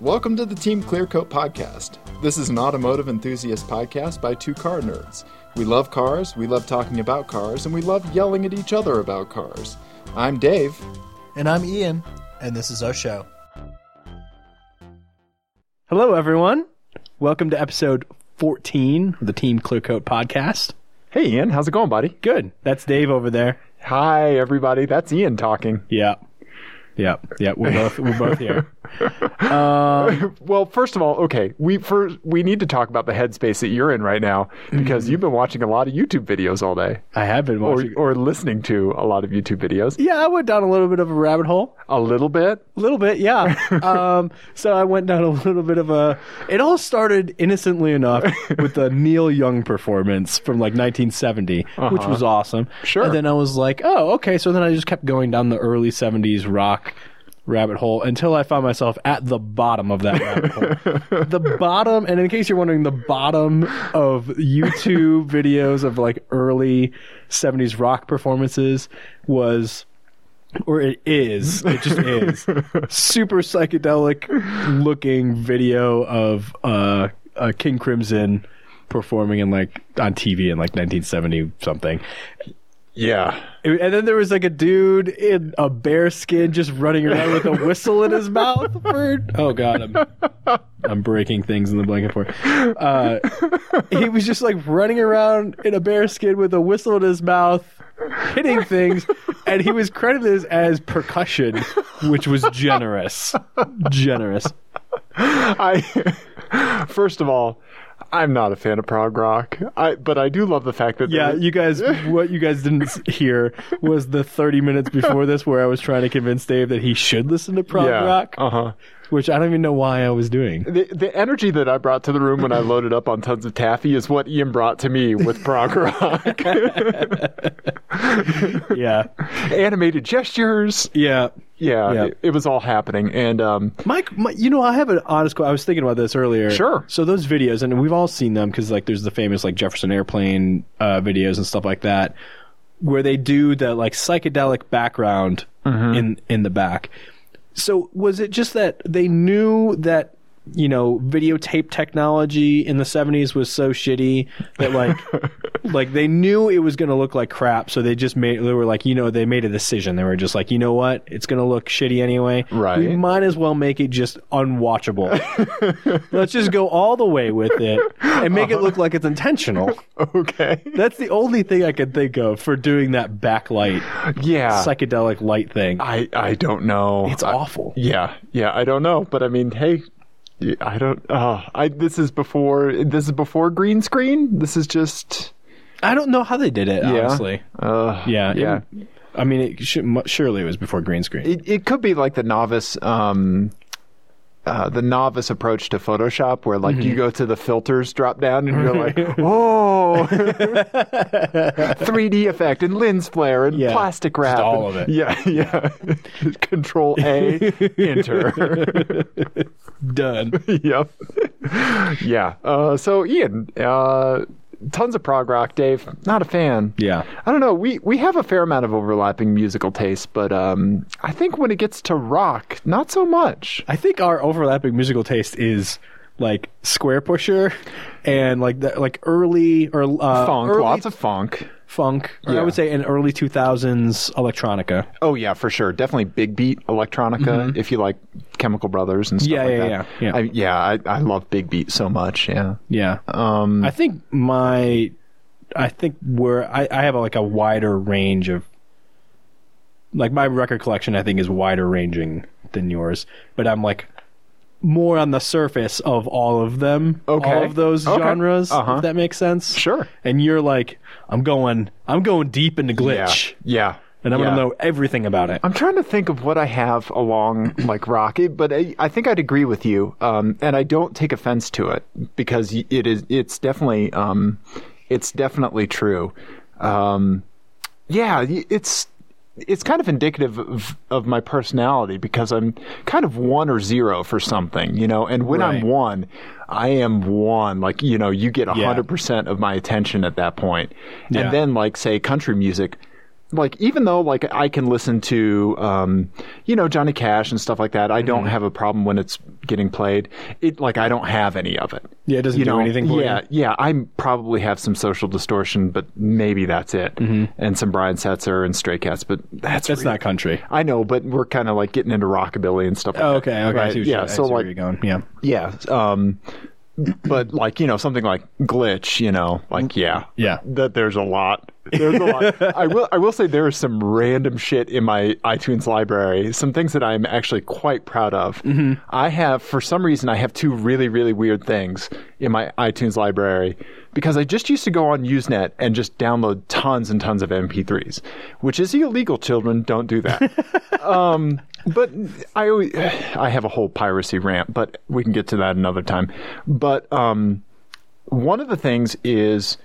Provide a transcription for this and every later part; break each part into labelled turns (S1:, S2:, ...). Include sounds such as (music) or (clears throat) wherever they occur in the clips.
S1: Welcome to the Team Clearcoat podcast. This is an automotive enthusiast podcast by two car nerds. We love cars, we love talking about cars, and we love yelling at each other about cars. I'm Dave.
S2: And I'm Ian, and this is our show.
S3: Hello, everyone. Welcome to episode 14 of the Team Clearcoat podcast.
S1: Hey, Ian, how's it going, buddy?
S3: Good. That's Dave over there.
S1: Hi, everybody. That's Ian talking.
S3: Yeah. Yeah. Yeah. We're both, we're both here.
S1: Well, first of all, okay, we first we need to talk about the headspace that you're in right now because you've been watching a lot of YouTube videos all day,
S3: (laughs) I have been
S1: or
S3: watching.
S1: or listening to a lot of YouTube videos.
S3: yeah, I went down a little bit of a rabbit hole.
S1: A little bit.
S3: A little bit, yeah. um, so I went down a little bit of a. It all started innocently enough with the Neil Young performance from like 1970, which was awesome.
S1: Sure.
S3: And then I was like, oh, okay. So then I just kept going down the early 70s rock rabbit hole until I found myself at the bottom of that rabbit hole. the bottom, and in case you're wondering, the bottom of YouTube videos of like early 70s rock performances was or it is it just is super psychedelic looking video of uh, uh king crimson performing in like on tv in like 1970 something
S1: Yeah.
S3: and then there was like a dude in a bear skin just running around with a whistle in his mouth for oh god i'm i'm breaking things in the blanket for uh he was just like running around in a bear skin with a whistle in his mouth hitting things and he was credited as percussion which was generous generous
S1: I first of all, I'm not a fan of prog rock. I but I do love the fact that
S3: yeah
S1: there-
S3: you guys what you guys didn't s- hear was the 30 minutes before this where i was trying to convince dave that he should listen to prog
S1: yeah,
S3: rock
S1: Uh huh.
S3: which I don't even know why I was doing.
S1: The, the energy that I brought to the room when I loaded up on tons of taffy is what Ian brought to me
S3: (laughs)
S1: with prog rock.
S3: Yeah.
S1: Animated gestures.
S3: Yeah.
S1: Yeah,
S3: Yeah.
S1: It, it was all happening. And um, (laughs)
S3: Mike, my, you know, I have an honest que- I was thinking about this earlier.
S1: Sure.
S3: So those videos, and we've all seen them because, like, there's the famous, like, Jefferson Airplane uh, videos and stuff like that, where they do the, like, psychedelic background in, in the back. So was it just that they knew that, you know, videotape technology in the 70s was so shitty that, like, like they knew it was going to look like crap, so they just made they were like, you know, they made a decision. They were just like, you know what, it's going to look shitty anyway.
S1: Right.
S3: We might as well make it just
S1: (laughs)
S3: unwatchable. Let's just go all the way with it and make it look like it's intentional.
S1: okay,
S3: That's the only thing I could think of for doing that backlight
S1: yeah,
S3: psychedelic light thing.
S1: I I don't know.
S3: It's
S1: I-
S3: awful.
S1: Yeah, yeah, I don't know, but I mean, hey, I don't. Uh, I this is before this is before green screen. This is just.
S3: I don't know how they did it, honestly.
S1: Uh,
S3: Yeah.
S1: yeah.
S3: it- I mean, it should, mu- surely it was before green screen.
S1: it, it could be like the novice um uh, the novice approach to Photoshop, where like
S3: Mm-hmm.
S1: you go to the filters drop down and you're like,
S3: (laughs)
S1: (laughs) oh, 3D effect and lens flare and
S3: Yeah,
S1: plastic wrap,
S3: just all
S1: and-
S3: of it.
S1: Yeah, (laughs) yeah. Control A,
S3: (laughs)
S1: enter. (laughs)
S3: Done.
S1: yep. Yeah. Uh, so Ian, uh, tons of prog rock. Dave, not a fan.
S3: Yeah.
S1: I don't know. We we have a fair amount of overlapping musical tastes, but um, I think when it gets to rock, not so much.
S3: I think our overlapping musical taste is like Square Pusher and like the, like early or uh,
S1: funk,
S3: early
S1: lots of funk.
S3: funk. or
S1: Yeah.
S3: I would say in early two thousands electronica.
S1: Oh yeah, for sure. Definitely big beat electronica. If you like Chemical Brothers and stuff
S3: Yeah,
S1: like
S3: yeah,
S1: that.
S3: yeah, yeah.
S1: I, Mm-hmm. yeah. I, I love big beat so much. Yeah.
S3: Yeah,
S1: Um,
S3: I think my I think where I, I have like a wider range of like my record collection. I think is wider ranging than yours, but I'm like more on the surface of all of them. all
S1: Okay.
S3: of those
S1: Okay.
S3: genres.
S1: Uh-huh.
S3: If that makes sense.
S1: sure.
S3: and you're like, I'm going, I'm going deep into glitch,
S1: Yeah. yeah.
S3: and I'm
S1: yeah.
S3: gonna know everything about it.
S1: I'm trying to think of what I
S3: (clears throat)
S1: have along like Rocky, but I, I think I'd agree with you, um, and I don't take offense to it because y- it is it's definitely um, it's definitely true. Um, yeah, y- it's it's kind of indicative of, of my personality because I'm kind of one or zero for something, you know. And when I'm
S3: Right.
S1: one, I am one. Like you know, you get
S3: Yeah.
S1: hundred percent of my attention at that point,
S3: Yeah.
S1: and then like say country music. like even though like I can listen to um, you know Johnny Cash and stuff like that, I
S3: Mm-hmm.
S1: don't have a problem when it's getting played. It like I don't have any of it.
S3: Yeah, it doesn't
S1: you
S3: do
S1: know,
S3: anything for
S1: yeah,
S3: you.
S1: yeah. I probably have some social distortion, but maybe that's it. And some Brian Setzer and Stray Cats, but that's
S3: Mm-hmm. That's
S1: really-
S3: not country.
S1: I know, but we're kind of like getting into rockabilly and stuff. like
S3: Oh,
S1: that,
S3: okay, okay. I
S1: right?
S3: see what you-
S1: yeah.
S3: I
S1: so
S3: see where
S1: like,
S3: you're going. Yeah.
S1: yeah. Um, but like you know something like glitch, you know, like yeah,
S3: Yeah.
S1: That there's a lot. There's a lot. I will. I will say there is some random shit in my iTunes library. Some things that I'm actually quite proud of. I have, for some reason, I have two really, really weird things in my iTunes library because I just used to go on Usenet and just download tons and tons of MP3s, which is illegal. Children, don't do that. but I always, I have a whole piracy rant, but we can get to that another time. But um, one of the things is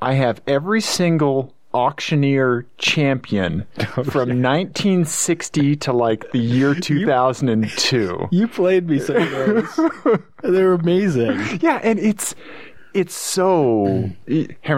S1: I have every single auctioneer champion from 1960 to like the year 2002.
S3: You played me some of those. (laughs) they were amazing.
S1: yeah, and it's
S3: (clears throat)
S1: it's so yeah.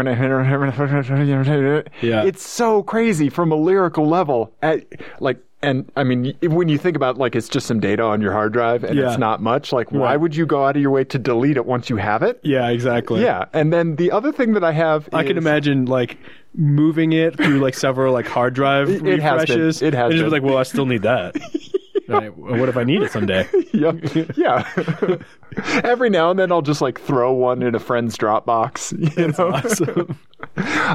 S1: It's so crazy from a lyrical level at like and I mean y- when you think about like it's just some data on your hard drive and
S3: Yeah.
S1: it's not much like why
S3: Right.
S1: would you go out of your way to delete it once you have it?
S3: Yeah, exactly.
S1: Yeah, and then the other thing that I have
S3: I can
S1: is-
S3: imagine like moving it through like several like hard drive
S1: it has been.
S3: refreshes.
S1: It has
S3: and just be
S1: been.
S3: like, well, I still need (laughs) that. Right, what if I need it (laughs) someday?
S1: Yep. (laughs) Yeah. Every now and then I'll just like throw one in a friend's Dropbox. (laughs) You know?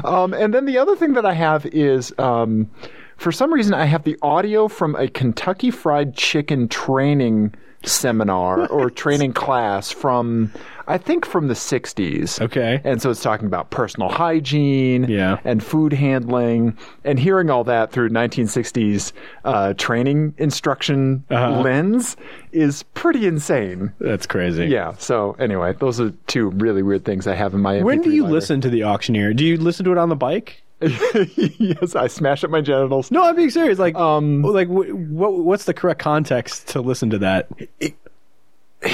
S1: um, and then the other thing that I have is um, for some reason I have the audio from a Kentucky Fried Chicken training seminar or training class from I think from the 60s.
S3: Okay.
S1: And so it's talking about personal hygiene
S3: Yeah.
S1: and food handling and hearing all that through 1960s uh, training instruction
S3: Uh-huh.
S1: lens is pretty insane.
S3: That's crazy.
S1: Yeah. So anyway, those are two really weird things I have in my.
S3: When
S1: MP3
S3: do you
S1: library.
S3: listen to the auctioneer? Do you listen to it on the bike?
S1: (laughs) yes, I smash up my genitals.
S3: No, I'm being serious. Like, um, like wh- what? What's the correct context to listen to that?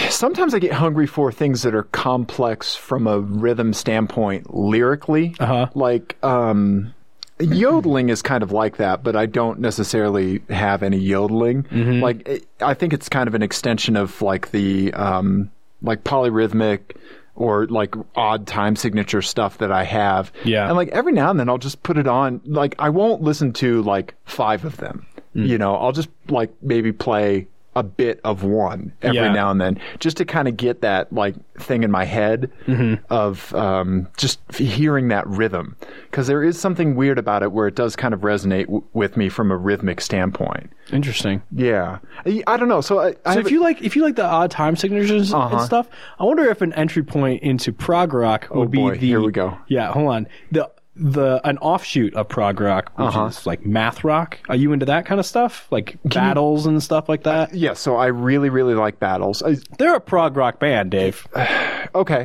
S1: Sometimes I get hungry for things that are complex from a rhythm standpoint, lyrically.
S3: Uh-huh.
S1: Like um, yodeling is kind of like that, but I don't necessarily have any yodeling.
S3: Mm-hmm.
S1: Like it, I think it's kind of an extension of like the um, like polyrhythmic or like odd time signature stuff that I have.
S3: Yeah.
S1: And like every now and then I'll just put it on. Like I won't listen to like five of them.
S3: Mm.
S1: You know, I'll just like maybe play a bit of one every
S3: Yeah.
S1: now and then just to kind of get that like thing in my head
S3: Mm-hmm.
S1: of um, just f- hearing that rhythm because there is something weird about it where it does kind of resonate w- with me from a rhythmic standpoint
S3: Interesting.
S1: yeah i, I don't know so i, I
S3: So
S1: have
S3: if you like, if you like the odd time signatures and
S1: Uh-huh. Oh,
S3: stuff, I wonder if an entry point into prog rock would be
S1: boy,
S3: the.
S1: here we go.
S3: Yeah, hold on. The the an offshoot of prog rock, which
S1: Uh-huh.
S3: is like math rock. Are you into that kind of stuff, like battles and stuff like that?
S1: yeah so i really really like battles I,
S3: They're a prog rock band, Dave.
S1: okay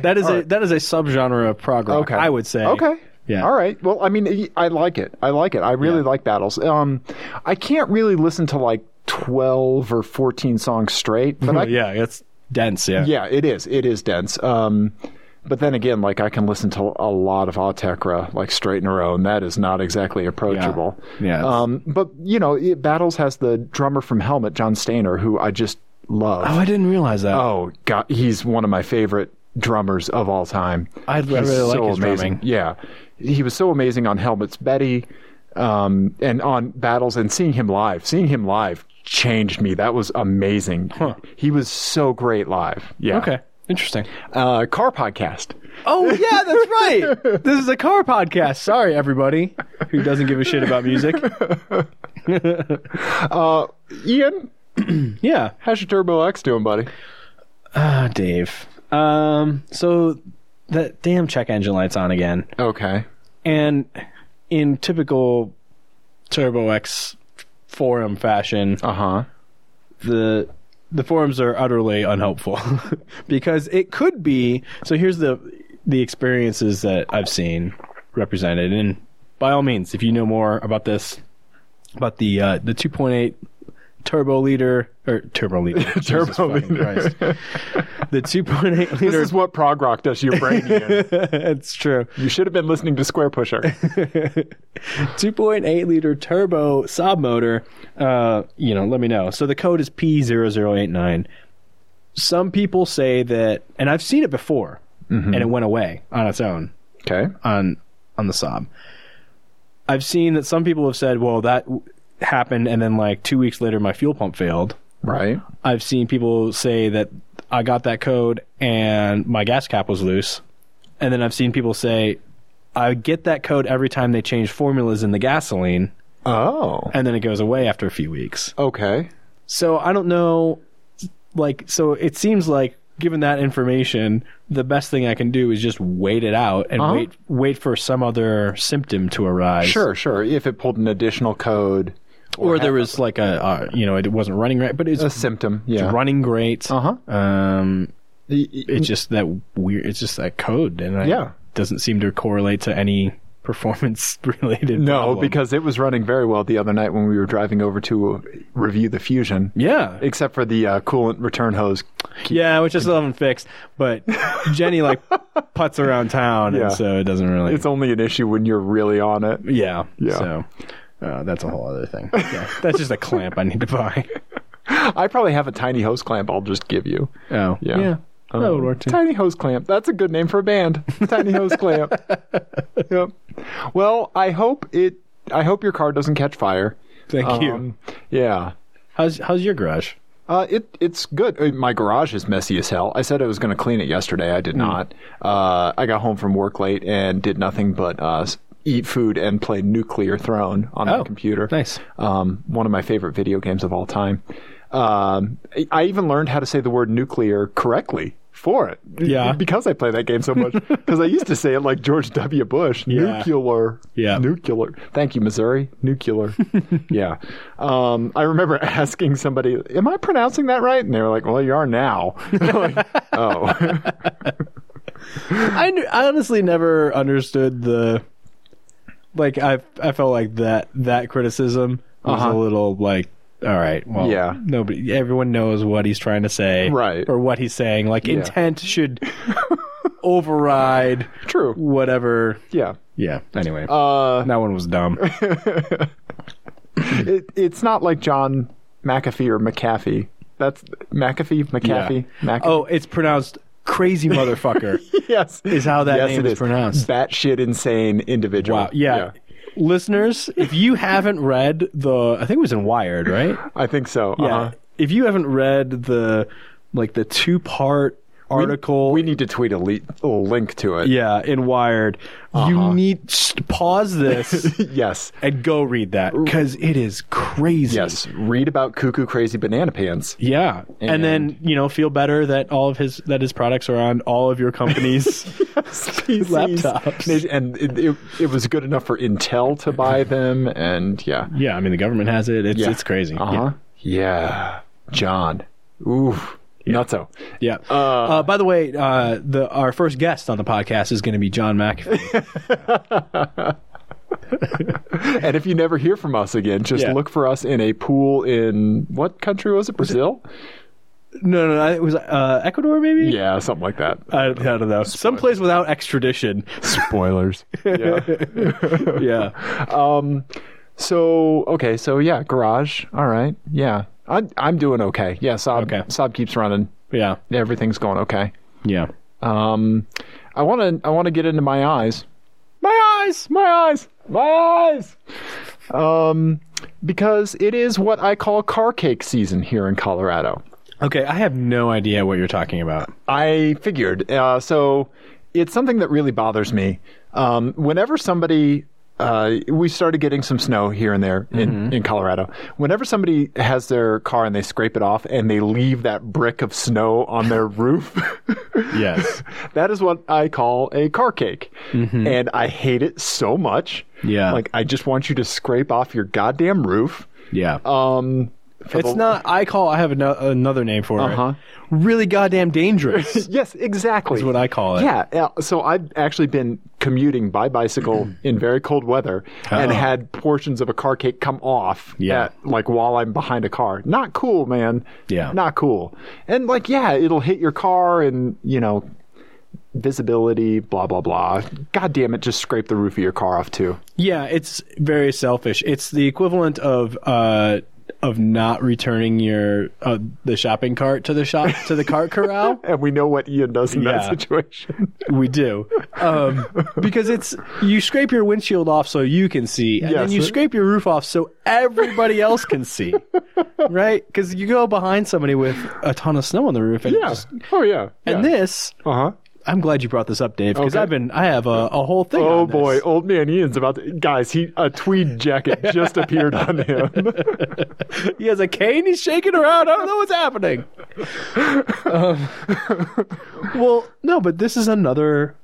S3: (sighs) That is
S1: all
S3: a
S1: right.
S3: that is a subgenre of prog rock.
S1: Okay.
S3: I would say.
S1: Okay.
S3: Yeah.
S1: All right. Well, I mean, I like it. I like it. I really like battles. Um, I can't really listen to like twelve or fourteen songs straight, but
S3: (laughs)
S1: I,
S3: yeah, it's dense. Yeah.
S1: yeah, it is. It is dense. Um, but then again, like I can listen to a lot of Autechra like straight in a row, and that is not exactly approachable.
S3: Yeah, it's-
S1: Um, but you know, it, battles has the drummer from Helmet, John Stainer, who I just love.
S3: Oh, I didn't realize that.
S1: Oh God, he's one of my favorite drummers of all time.
S3: I- I
S1: He's
S3: really like his drumming.
S1: amazing. Yeah, he was so amazing on Helmets Betty, um, and on Battles, and seeing him live, seeing him live changed me. That was amazing. He was so great live. Yeah.
S3: Okay. Interesting.
S1: Uh, car podcast.
S3: Oh yeah, that's right. (laughs) this is a car podcast. Sorry, everybody who doesn't give a shit about music.
S1: Ian,
S3: Yeah.
S1: how's your Turbo X doing, buddy?
S3: Ah, Dave. Um. So that damn check engine light's on again,
S1: Okay.
S3: and in typical Turbo X forum fashion,
S1: Uh huh.
S3: the the forums are utterly unhelpful (laughs) because it could be so here's the the experiences that I've seen represented and by all means if you know more about this about the uh, the 2.8 turbo liter or turbo liter,
S1: (laughs) Turbo
S3: Jesus fucking
S1: liter.
S3: Christ. the 2.8
S1: This
S3: liter.
S1: is what prog rock does to your brain. Ian.
S3: (laughs) it's true.
S1: (laughs) you should have been listening to Square Pusher.
S3: (laughs) 2.8 liter turbo Saab motor. Uh, you know, let me know. So the code is P0089. Some people say that, and I've seen it before, and it went away on its own
S1: (laughs) Okay.
S3: on on the Saab. I've seen that some people have said, "Well, that w- happened," and then like two weeks later, my fuel pump failed.
S1: Right.
S3: I've seen people say that I got that code and my gas cap was loose. And then I've seen people say, I get that code every time they change formulas in the gasoline,
S1: Oh.
S3: and then it goes away after a few weeks.
S1: Okay.
S3: So I don't know. Like, so it seems like given that information, the best thing I can do is just wait it out and
S1: Uh-huh.
S3: wait wait for some other symptom to arise.
S1: Sure, sure. If it pulled an additional code
S3: Or there was like a, uh, you know, it wasn't running right, but it's
S1: a symptom, yeah.
S3: running great.
S1: Uh-huh.
S3: Um,
S1: Y- y-
S3: it's just that weird it's just that code and it
S1: Yeah.
S3: doesn't seem to correlate to any (laughs) performance related
S1: No,
S3: problem.
S1: because it was running very well the other night when we were driving over to uh, review the Fusion.
S3: yeah
S1: Except for the uh, coolant return hose.
S3: yeah which I still haven't fixed
S1: (laughs)
S3: but jenny like puts around town
S1: Yeah.
S3: and so it doesn't really
S1: It's only an issue when you're really on it.
S3: yeah
S1: Yeah.
S3: so uh, that's a whole other thing (laughs) yeah, that's just a clamp i need to buy (laughs)
S1: I probably have a tiny hose clamp I'll just give you.
S3: oh
S1: Yeah. Um,
S3: that would work too
S1: Tiny hose clamp. That's a good name for a band. Tiny hose
S3: (laughs)
S1: clamp. Yep. Well, I hope it I hope your car doesn't catch fire.
S3: thank you
S1: Um, yeah.
S3: how's how's your garage
S1: Uh, it it's good. Uh, My garage is messy as hell. I said I was going to clean it yesterday. I did
S3: Hmm.
S1: not. Uh, I got home from work late and did nothing but uh, s- eat food and play Nuclear Throne on my
S3: Oh,
S1: computer.
S3: nice.
S1: Um, one of my favorite video games of all time. Um, I- I even learned how to say the word nuclear correctly for it.
S3: Yeah.
S1: Because I play that game so much.
S3: (laughs)
S1: Because I used to say it like George W. Bush.
S3: Yeah.
S1: Nuclear.
S3: Yeah.
S1: Nuclear. Thank you, Missouri.
S3: (laughs)
S1: Nuclear. yeah. Um, I remember (laughs) asking somebody, Am I pronouncing that right? And they were like, Well, you are now. (laughs) Like, oh. (laughs)
S3: I, knew, I honestly never understood the like I I felt like that that criticism was
S1: Uh-huh.
S3: a little like all right well
S1: Yeah.
S3: nobody everyone knows what he's trying to say
S1: Right.
S3: or what he's saying like intent
S1: (laughs)
S3: should override
S1: True.
S3: whatever
S1: Yeah.
S3: yeah anyway
S1: Uh,
S3: that one was
S1: (laughs)
S3: dumb
S1: it, it's not like John McAfee or McAfee. That's McAfee, McAfee, McAfee.
S3: oh it's pronounced crazy
S1: (laughs)
S3: motherfucker
S1: yes,
S3: is how that
S1: yes,
S3: name
S1: it
S3: is pronounced.
S1: Batshit insane individual.
S3: wow Uh, yeah. listeners if you haven't read the I think it was in Wired right
S1: I think so.
S3: Yeah.
S1: Uh-huh.
S3: If you haven't read the like the two part article,
S1: We need to tweet a, le- a link to it.
S3: yeah, in Wired, you need st- pause (laughs) this
S1: (laughs) yes.
S3: Uh-huh. and go read that because it is crazy.
S1: Yes. Read about cuckoo crazy banana pants.
S3: Yeah, and,
S1: And-
S3: then you know feel better that all of his that his products are on all of your companies.
S1: Species.
S3: Laptops.
S1: And it, it, it was good enough for Intel to (laughs) buy them. And yeah.
S3: (laughs) yeah, I mean the government has it. It's
S1: Yeah.
S3: it's crazy.
S1: Uh huh. Yeah. John. Oof. Nutso.
S3: Yeah. yeah. Uh, by the way, uh, the our first guest on the podcast is going to be John McAfee.
S1: And if you never hear from us again, just
S3: Yeah.
S1: look for us in a pool in what country was it? Brazil?
S3: (laughs) no, no, no, it was uh, Ecuador, maybe.
S1: Yeah, something like that.
S3: I, I don't know. Someplace without extradition.
S1: Spoilers.
S3: (laughs)
S1: yeah.
S3: yeah.
S1: So okay, so yeah, garage. All right, yeah, I'm I'm doing okay. Yeah, Saab
S3: Okay.
S1: Saab keeps running.
S3: Yeah.
S1: Everything's going okay.
S3: Yeah.
S1: Um, I want to I want to get into my eyes, my eyes, my eyes, my eyes. Um, because it is what I call car cake season here in Colorado.
S3: Okay, I have no idea what you're talking about.
S1: I figured. Uh, so it's something that really bothers me. Um, whenever somebody, uh, we started getting some snow here and there in, in Colorado. Whenever somebody has their car and they scrape it off and they leave that brick of snow on their roof, (laughs)
S3: Yes.
S1: that is what I call a car cake. And I hate it so much.
S3: Mm-hmm. Yeah.
S1: Like, I just want you to scrape off your goddamn roof.
S3: yeah.
S1: Um, for
S3: it's
S1: the-
S3: not. I call. I have ano- another name for
S1: Uh-huh.
S3: it. Really goddamn
S1: (laughs)
S3: dangerous.
S1: (laughs) Yes, exactly.
S3: Is what I call it.
S1: Yeah. yeah, So I've actually been commuting
S3: (clears throat)
S1: by bicycle in very cold weather and
S3: Oh.
S1: had portions of a car cake come off.
S3: Yeah.
S1: at- like while I'm behind a car. Not cool, man.
S3: Yeah.
S1: Not cool. And like, yeah, it'll hit your car and you know, visibility, blah blah blah. God damn it! Just scrape the roof of your car off too.
S3: yeah, it's very selfish. It's the equivalent of uh of not returning your uh, the shopping cart to the shop to the cart corral.
S1: And we know what Ian does in
S3: Yeah.
S1: that
S3: (laughs)
S1: situation.
S3: We do. Um, because it's, you scrape your windshield off so you can see, and then
S1: Yes.
S3: you scrape your roof off so everybody else can
S1: (laughs)
S3: see. right? Because you go behind somebody with a ton of snow on the roof. And, it
S1: yeah.
S3: just-
S1: Oh yeah.
S3: and this,
S1: Uh huh.
S3: I'm glad you brought this up, Dave, because
S1: Okay.
S3: I've been, I have a, a whole thing.
S1: Oh
S3: on this.
S1: boy, old man Ian's about to, guys. He a
S3: (laughs)
S1: tweed jacket just appeared on him.
S3: He has a cane. He's shaking around. I don't know what's happening.
S1: (laughs)
S3: Um, well, no, but this is another,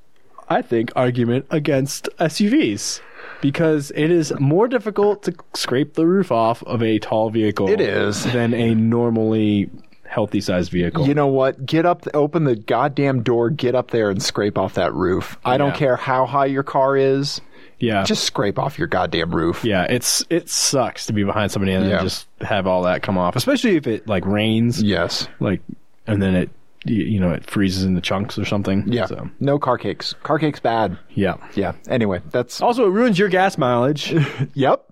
S3: I think, argument against SUVs because it is more difficult to scrape the roof off of a tall vehicle.
S1: It is.
S3: than a normally healthy sized vehicle.
S1: (laughs) You know what? Get up, open the goddamn door, get up there and scrape off that roof. I don't
S3: Yeah.
S1: care how high your car is.
S3: yeah,
S1: Just scrape off your goddamn roof.
S3: yeah. It's it sucks to be behind somebody and then
S1: Yeah.
S3: just have all that come off, especially if it like rains,
S1: Yes.
S3: like, and then it. y- You know, it freezes into chunks or something.
S1: Yeah.
S3: So,
S1: No car cakes. Car cakes bad.
S3: yeah.
S1: Yeah. Anyway, that's
S3: Also, it ruins your gas
S1: (laughs)
S3: mileage.
S1: Yep.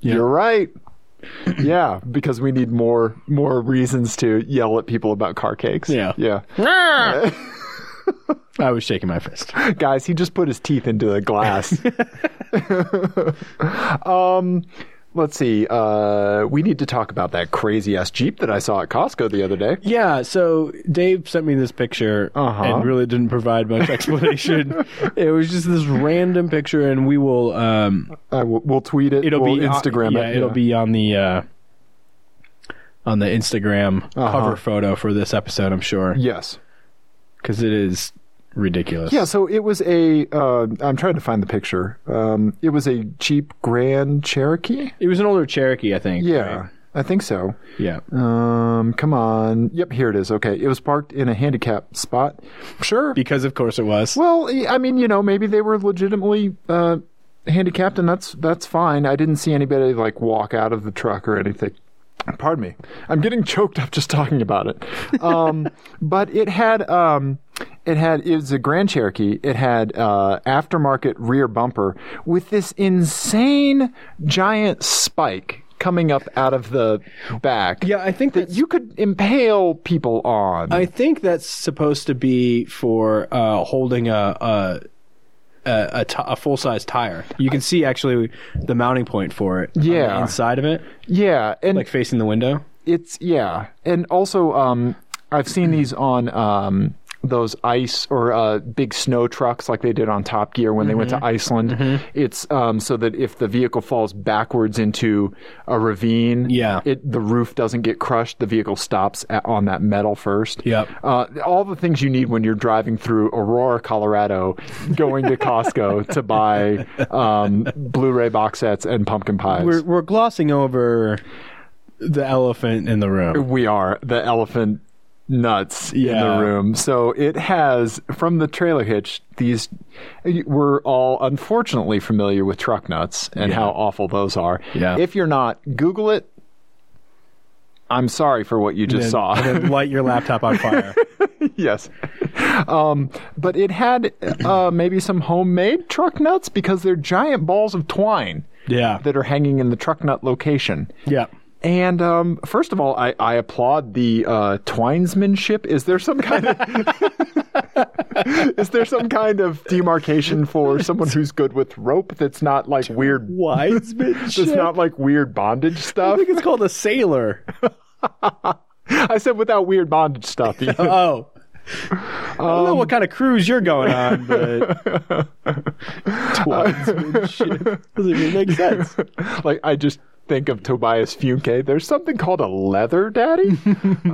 S1: You're right. Yeah, because we need more more reasons to yell at people about car cakes.
S3: Yeah.
S1: Yeah.
S3: I was shaking my fist.
S1: Guys, he just put his teeth into the glass. (laughs) um, let's see. Uh, we need to talk about that crazy ass Jeep that I saw at Costco the other day.
S3: (laughs) Yeah, so Dave sent me this picture
S1: Uh-huh.
S3: and really didn't provide
S1: (laughs)
S3: much explanation. it was just this random picture, and we will. Um,
S1: Uh, we'll, we'll tweet it.
S3: it'll
S1: we'll
S3: be
S1: Instagram
S3: on, yeah,
S1: it.
S3: It'll be on the uh, on the Instagram
S1: Uh-huh.
S3: cover photo for this episode. I'm sure
S1: Yes.
S3: because it is ridiculous.
S1: Yeah. So it was a. Uh, I'm trying to find the picture. Um, it was a Jeep Grand Cherokee.
S3: it was an older Cherokee, I think.
S1: Yeah,
S3: right?
S1: I think so.
S3: yeah.
S1: Um, come on. Yep, here it is. Okay, it was parked in a handicap spot. Sure.
S3: Because of course it was.
S1: Well, I- I mean, you know, maybe they were legitimately uh, handicapped, and that's that's fine. I didn't see anybody like walk out of the truck or anything. Pardon me, I'm getting choked up just talking about it. Um, (laughs) but it had um, it had it was a Grand Cherokee. It had uh, aftermarket rear bumper with this insane giant spike coming up out of the back.
S3: yeah, I think
S1: That you could impale people on.
S3: I think that's supposed to be for uh, holding a a, a, a, t- a full size tire. You can see actually the mounting point for it. on the
S1: Yeah.
S3: inside of it,
S1: yeah, and
S3: like facing the window.
S1: it's yeah and also um i've seen these on um those ice or uh, big snow trucks like they did on top gear when they went
S3: Mm-hmm.
S1: to iceland it's um, so that if the vehicle falls backwards into a ravine
S3: Yeah.
S1: it, the roof doesn't get crushed the vehicle stops at, on that metal first
S3: Yep.
S1: uh, all the things you need when you're driving through aurora colorado going to costco to buy um, blu-ray box sets and pumpkin pies
S3: We're we're glossing over the elephant in the room.
S1: we are the elephant nuts
S3: Yeah.
S1: in the room. So it has from the trailer hitch these we're all unfortunately familiar with truck nuts and how awful those are.
S3: Yeah.
S1: If you're not, google it. I'm sorry for what you just
S3: And-
S1: saw.
S3: and then light your laptop on fire.
S1: (laughs) yes. Um, but it had uh, maybe some homemade truck nuts because they're giant balls of twine
S3: Yeah.
S1: that are hanging in the truck nut location.
S3: yeah.
S1: And um, first of all, I, I applaud the uh, twinesmanship. Is there some kind of (laughs) is there some kind of demarcation for someone who's good with rope that's not like weird that's
S3: Wisemanship.
S1: not like weird bondage
S3: I
S1: stuff?
S3: think it's called a sailor.
S1: I said without weird bondage stuff.
S3: Oh. I don't know what kind of cruise you're going on, but (laughs) twinesmanship doesn't even make sense.
S1: (laughs) like I just think of Tobias Funke. There's something called a leather (laughs) daddy.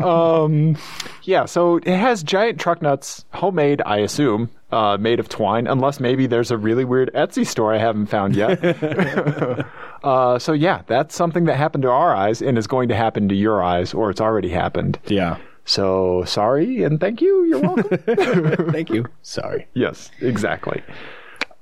S1: um, yeah, so it has giant truck nuts, homemade, I assume, uh, made of twine, unless maybe there's a really weird Etsy store I haven't found yet. (laughs) uh, so yeah, that's something that happened to our eyes and is going to happen to your eyes, or it's already happened.
S3: Yeah.
S1: So sorry and thank you. You're welcome.
S3: (laughs) Thank you. Sorry.
S1: (laughs) yes, exactly.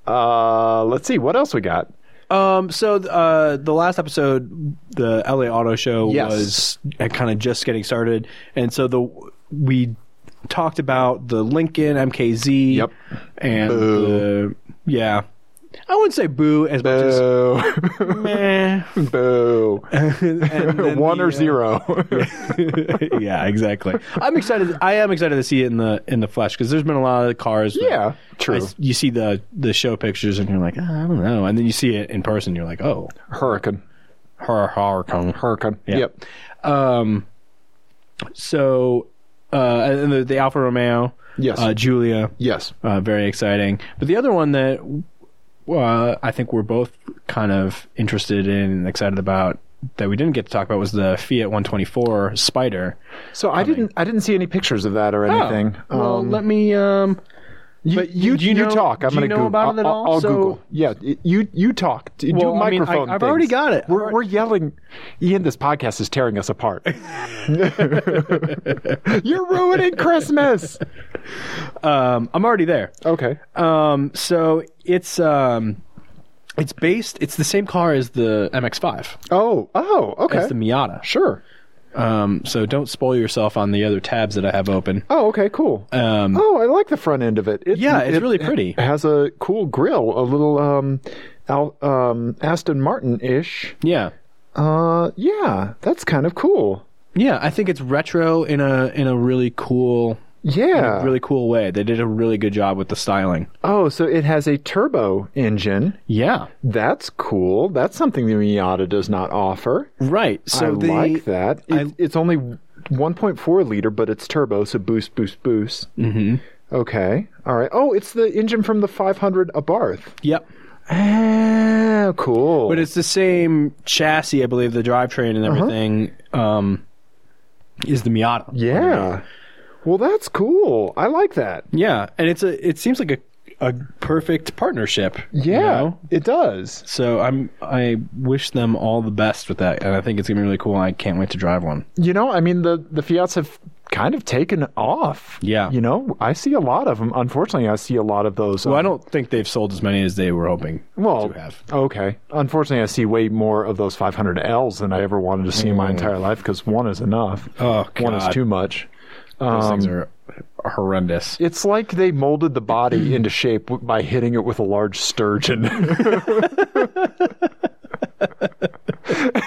S1: Uh, let's see what else we got.
S3: Um, so uh, the last episode, the LA Auto Show
S1: Yes.
S3: was kind of just getting started, and so the we talked about the Lincoln MKZ.
S1: Yep.
S3: And
S1: Boo.
S3: the yeah, I wouldn't say boo as much as
S1: Boo, (laughs)
S3: meh. (laughs)
S1: boo. (laughs)
S3: And (laughs) then
S1: One
S3: the,
S1: or
S3: uh, (laughs)
S1: zero.
S3: yeah, exactly. I'm excited. I am excited to see it in the in the flesh because there's been a lot of cars. that
S1: (laughs) yeah,
S3: I
S1: true.
S3: s- you see the the show pictures and you're like, "Ah, I don't know, and then you see it in person, you're like, oh,
S1: Hurricane,
S3: har har kong.
S1: hurricane.
S3: Yeah.
S1: Yep.
S3: Um, so uh, and the, the Alfa Romeo,
S1: Yes.
S3: uh, Julia,
S1: Yes.
S3: uh, very exciting. But the other one that uh, I think we're both kind of interested in and excited about that we didn't get to talk about was the Fiat 124 Spider.
S1: So I didn't. I didn't see any pictures of that or anything.
S3: Oh, well,
S1: Um,
S3: let me. Um,
S1: you,
S3: but
S1: you,
S3: do you know-
S1: talk. I'm
S3: do you
S1: gonna
S3: know
S1: Google.
S3: about it at
S1: I'll,
S3: all?
S1: I'll
S3: So-
S1: Google. Yeah, y- you you talk. D- Do
S3: Well, I mean,
S1: microphone.
S3: I- I've
S1: things.
S3: already got it.
S1: We're, we're yelling. Ian, this podcast is tearing
S3: (laughs)
S1: us apart. You're ruining Christmas.
S3: um, I'm already there.
S1: Okay.
S3: Um, so it's um, it's based. It's the same car as the MX-5,
S1: Oh. Oh. Okay.
S3: as the Miata.
S1: sure.
S3: Um, so don't spoil yourself on the other tabs that I have open.
S1: Oh. Okay. Cool.
S3: Um,
S1: oh, I like the front end of it. it
S3: yeah, it's
S1: it,
S3: really pretty.
S1: it has a cool grill, a little um, Al, um, Aston Martin ish.
S3: Yeah,
S1: Uh, yeah, that's kind of cool.
S3: yeah. I think it's retro in a in a really cool,
S1: Yeah.
S3: really cool way. They did a really good job with the styling.
S1: Oh, so it has a turbo engine.
S3: Yeah,
S1: That's cool. That's something the Miata does not offer.
S3: right. So
S1: I
S3: they,
S1: like that. It,
S3: I-
S1: it's only 1.4 liter, but it's turbo, so boost, boost, boost.
S3: hmm
S1: Okay. All right. Oh, it's the engine from the 500 Abarth.
S3: Yep.
S1: Ah, cool.
S3: But it's the same chassis, I believe, the drivetrain and
S1: Uh-huh.
S3: everything um, is the Miata.
S1: yeah. Well, that's cool. I like that.
S3: Yeah, and it's a it seems like a a perfect partnership. you
S1: Yeah,
S3: know?
S1: it does.
S3: So I'm I wish them all the best with that, and I think it's gonna be really cool. and I can't wait to drive one.
S1: you know, I mean, the the Fiats have kind of taken off.
S3: Yeah.
S1: You know, I see a lot of them. Unfortunately, I see a lot of those.
S3: Well, I
S1: um,
S3: don't think they've sold as many as they were hoping.
S1: well,
S3: to have.
S1: okay. Unfortunately, I see way more of those 500Ls than I ever wanted to see in my entire life because one is enough.
S3: Oh,
S1: One is
S3: God.
S1: too much.
S3: Those things are horrendous.
S1: It's like they molded the body (clears throat) into shape w- by hitting it with a large sturgeon. (laughs)